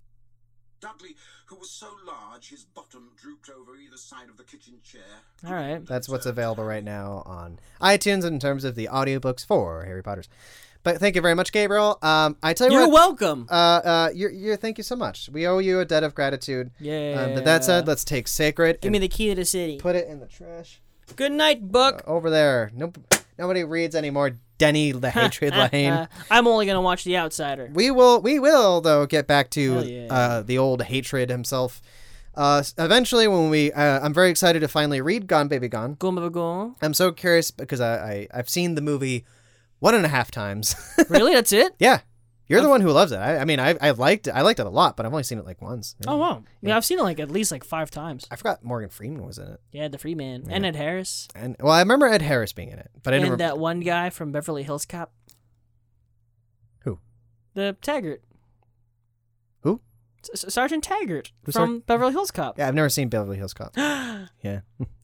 Speaker 3: Dudley, who was so large his bottom drooped over either side of the kitchen chair.
Speaker 2: all right.
Speaker 1: That's what's available right now on iTunes in terms of the audiobooks for Harry Potter's. But thank you very much, Gabriel. Um, I tell you
Speaker 2: You're
Speaker 1: what,
Speaker 2: welcome.
Speaker 1: uh, uh, you're, you're, thank you so much. We owe you a debt of gratitude.
Speaker 2: Yeah.
Speaker 1: Um, but that said, let's take sacred
Speaker 2: Give
Speaker 1: and
Speaker 2: me the key to the city.
Speaker 1: put it in the trash
Speaker 2: Good night, book.
Speaker 1: over there. Nope. Nobody reads any more Denny the Hatred Lane.
Speaker 2: Uh, I'm only gonna watch The Outsider.
Speaker 1: We will, we will though get back to
Speaker 2: Hell yeah.
Speaker 1: uh, the old hatred himself. Uh, s- eventually, when we, uh, I'm very excited to finally read Gone Baby Gone.
Speaker 2: Gone Baby Gone.
Speaker 1: I'm so curious because I, I I've seen the movie one and a half times.
Speaker 2: Really? That's it?
Speaker 1: yeah, you're the one who loves it. I, I mean, I I liked it. I liked it a lot, but I've only seen it like once.
Speaker 2: Oh wow. Yeah, I've seen it like at least like five times.
Speaker 1: I forgot Morgan Freeman was in it,
Speaker 2: Yeah, the Free Man and Ed Harris
Speaker 1: and well, I remember Ed Harris being in it, but I
Speaker 2: and
Speaker 1: never.
Speaker 2: that one guy from Beverly Hills Cop.
Speaker 1: Who?
Speaker 2: The Taggart.
Speaker 1: Who?
Speaker 2: S- S- Sergeant Taggart
Speaker 1: Who's
Speaker 2: from Beverly Hills Cop.
Speaker 1: Yeah, I've never seen Beverly Hills Cop. yeah,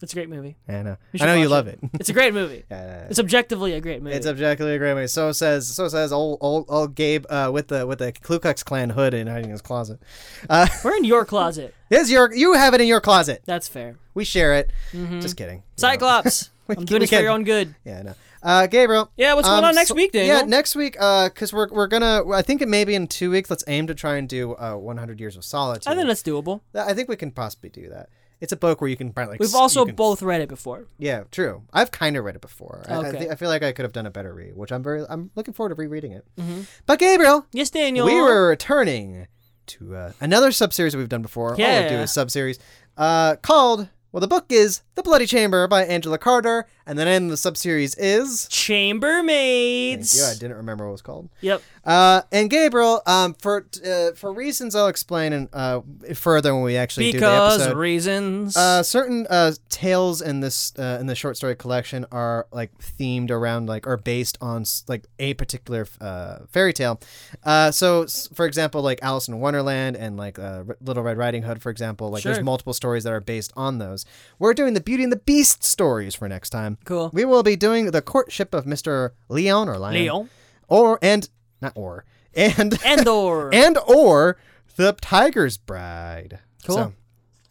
Speaker 2: It's a great movie.
Speaker 1: I know.
Speaker 2: We
Speaker 1: I
Speaker 2: should
Speaker 1: know you
Speaker 2: watch
Speaker 1: love it.
Speaker 2: It's a great movie.
Speaker 1: Yeah,
Speaker 2: It's objectively a great movie.
Speaker 1: It's objectively a great movie. So says so says old old old Gabe uh, with the with the Ku Klux Klan hood and hiding in his closet. Uh,
Speaker 2: We're in your closet.
Speaker 1: is your you have it in your closet?
Speaker 2: That's fair.
Speaker 1: We share it.
Speaker 2: Mm-hmm.
Speaker 1: Just kidding.
Speaker 2: Cyclops.
Speaker 1: We
Speaker 2: I'm
Speaker 1: can-
Speaker 2: doing
Speaker 1: we
Speaker 2: this for
Speaker 1: can-
Speaker 2: your own good.
Speaker 1: Yeah, I know. Uh, Gabriel.
Speaker 2: Yeah, what's going on next week, Daniel?
Speaker 1: Yeah, next week. Uh, because we're we're gonna. I think it may be in two weeks. Let's aim to try and do uh 100 years of solitude.
Speaker 2: I think that's doable.
Speaker 1: Th- I think we can possibly do that. It's a book where you can probably. Like, s-
Speaker 2: We've
Speaker 1: you
Speaker 2: also
Speaker 1: can-
Speaker 2: both read it before.
Speaker 1: Yeah, true. I've kind of read it before. I, I,
Speaker 2: Okay.
Speaker 1: thi- I feel like I could have done a better read, which I'm very. I'm looking forward to rereading it.
Speaker 2: Mm-hmm.
Speaker 1: But Gabriel,
Speaker 2: Yes, Daniel.
Speaker 1: we were returning to uh, another subseries that we've done before. All I do
Speaker 2: Yeah.
Speaker 1: is subseries uh, called. Well, the book is The Bloody Chamber by Angela Carter, and the name of the subseries is. Thank
Speaker 2: chambermaids.
Speaker 1: you. I didn't remember what it was called.
Speaker 2: Yep.
Speaker 1: Uh, and Gabriel, um, for uh, for reasons I'll explain in, uh, further when we actually do the
Speaker 2: Because
Speaker 1: episode.
Speaker 2: reasons.
Speaker 1: Uh, certain uh, tales in this uh, in the short story collection are like themed around like or based on s- like a particular uh, fairy tale. Uh, so s- for example, like Alice in Wonderland and like uh, R- Little Red Riding Hood, for example, like
Speaker 2: Sure.
Speaker 1: there's multiple stories that are based on those. We're doing the Beauty and the Beast stories for next time.
Speaker 2: Cool.
Speaker 1: We will be doing the courtship of Mister Leon or Lion
Speaker 2: Leo.
Speaker 1: or and not or and
Speaker 2: Endor.
Speaker 1: and or the Tiger's Bride.
Speaker 2: Cool.
Speaker 1: So,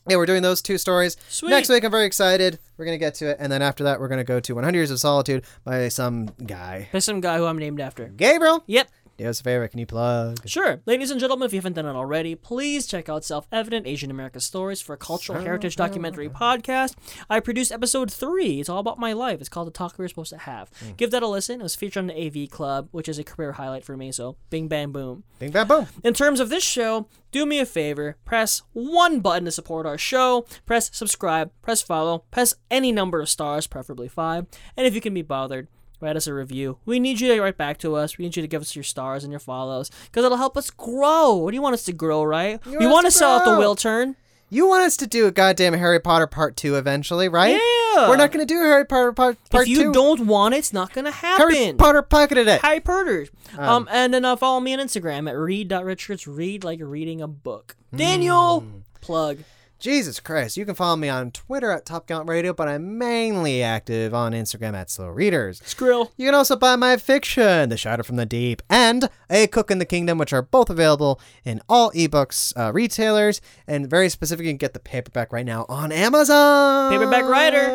Speaker 1: yeah, we're doing those two stories.
Speaker 2: Sweet.
Speaker 1: Next week, I'm very excited. We're gonna get to it, and then after that, we're gonna go to 100 Years of Solitude by some guy.
Speaker 2: There's some guy who I'm named
Speaker 1: Mm-hmm.
Speaker 2: after.
Speaker 1: Gabriel,
Speaker 2: Yep.
Speaker 1: do us a favor. Can you plug?
Speaker 2: Sure. Ladies and gentlemen, if you haven't done it already, please check out Self Evident Asian America Stories for a cultural heritage documentary podcast. I produced episode three. It's all about my life. It's called The Talk We We're Supposed to Have.
Speaker 1: Mm.
Speaker 2: Give that a listen. It was featured on the AV Club, which is a career highlight for me. So, bing, bang, boom.
Speaker 1: Bing, bam, boom.
Speaker 2: In terms of this show, do me a favor press one button to support our show, press subscribe, press follow, press any number of stars, preferably five. And if you can be bothered, write us a review. We need you to write back to us. We need you to give us your stars and your follows because it'll help us grow. What do you want us to grow, right? You we
Speaker 1: us
Speaker 2: want
Speaker 1: to
Speaker 2: to sell out the
Speaker 1: grow.
Speaker 2: will turn.
Speaker 1: You want us to do a goddamn Harry Potter Part Two eventually, right?
Speaker 2: Yeah.
Speaker 1: We're not gonna do Harry Potter Part Part
Speaker 2: If you do
Speaker 1: Two.
Speaker 2: don't want it, it's not going to happen.
Speaker 1: Harry Oh. Potter pocketed it.
Speaker 2: Harry Potter. Um, and then uh, follow me on Instagram at read.richards. Read like you're reading a book.
Speaker 1: Hmm.
Speaker 2: Daniel, plug.
Speaker 1: Jesus Christ. You can follow me on Twitter at Top Gallant Radio, but I'm mainly active on Instagram at Slow Readers.
Speaker 2: Skrill.
Speaker 1: You can also buy my fiction, The Shadow from the Deep, and A Cook in the Kingdom, which are both available in all ebooks uh, retailers. And very specific, you can get the paperback right now on Amazon.
Speaker 2: Paperback writer.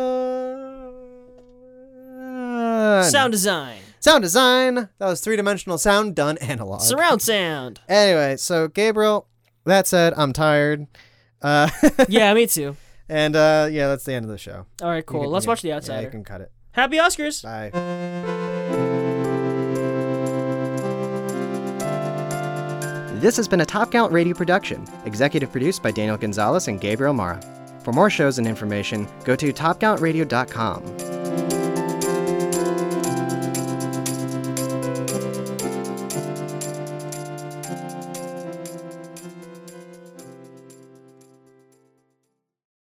Speaker 1: Sound
Speaker 2: Sound design.
Speaker 1: sound design. That was three dimensional sound done analog.
Speaker 2: Surround sound.
Speaker 1: anyway, so Gabriel, that said, I'm tired. Uh,
Speaker 2: yeah, me too.
Speaker 1: and uh, yeah, that's the end of the show.
Speaker 2: All right, cool.
Speaker 1: You can-
Speaker 2: Let's
Speaker 1: yeah,
Speaker 2: watch The
Speaker 1: Yeah,
Speaker 2: Outsider.
Speaker 1: you can cut it.
Speaker 2: Happy Oscars.
Speaker 1: Bye. This has been a Top Gallant Radio production, executive produced by Daniel Gonzalez and Gabriel Mara. For more shows and information, go to topgallantradio.com.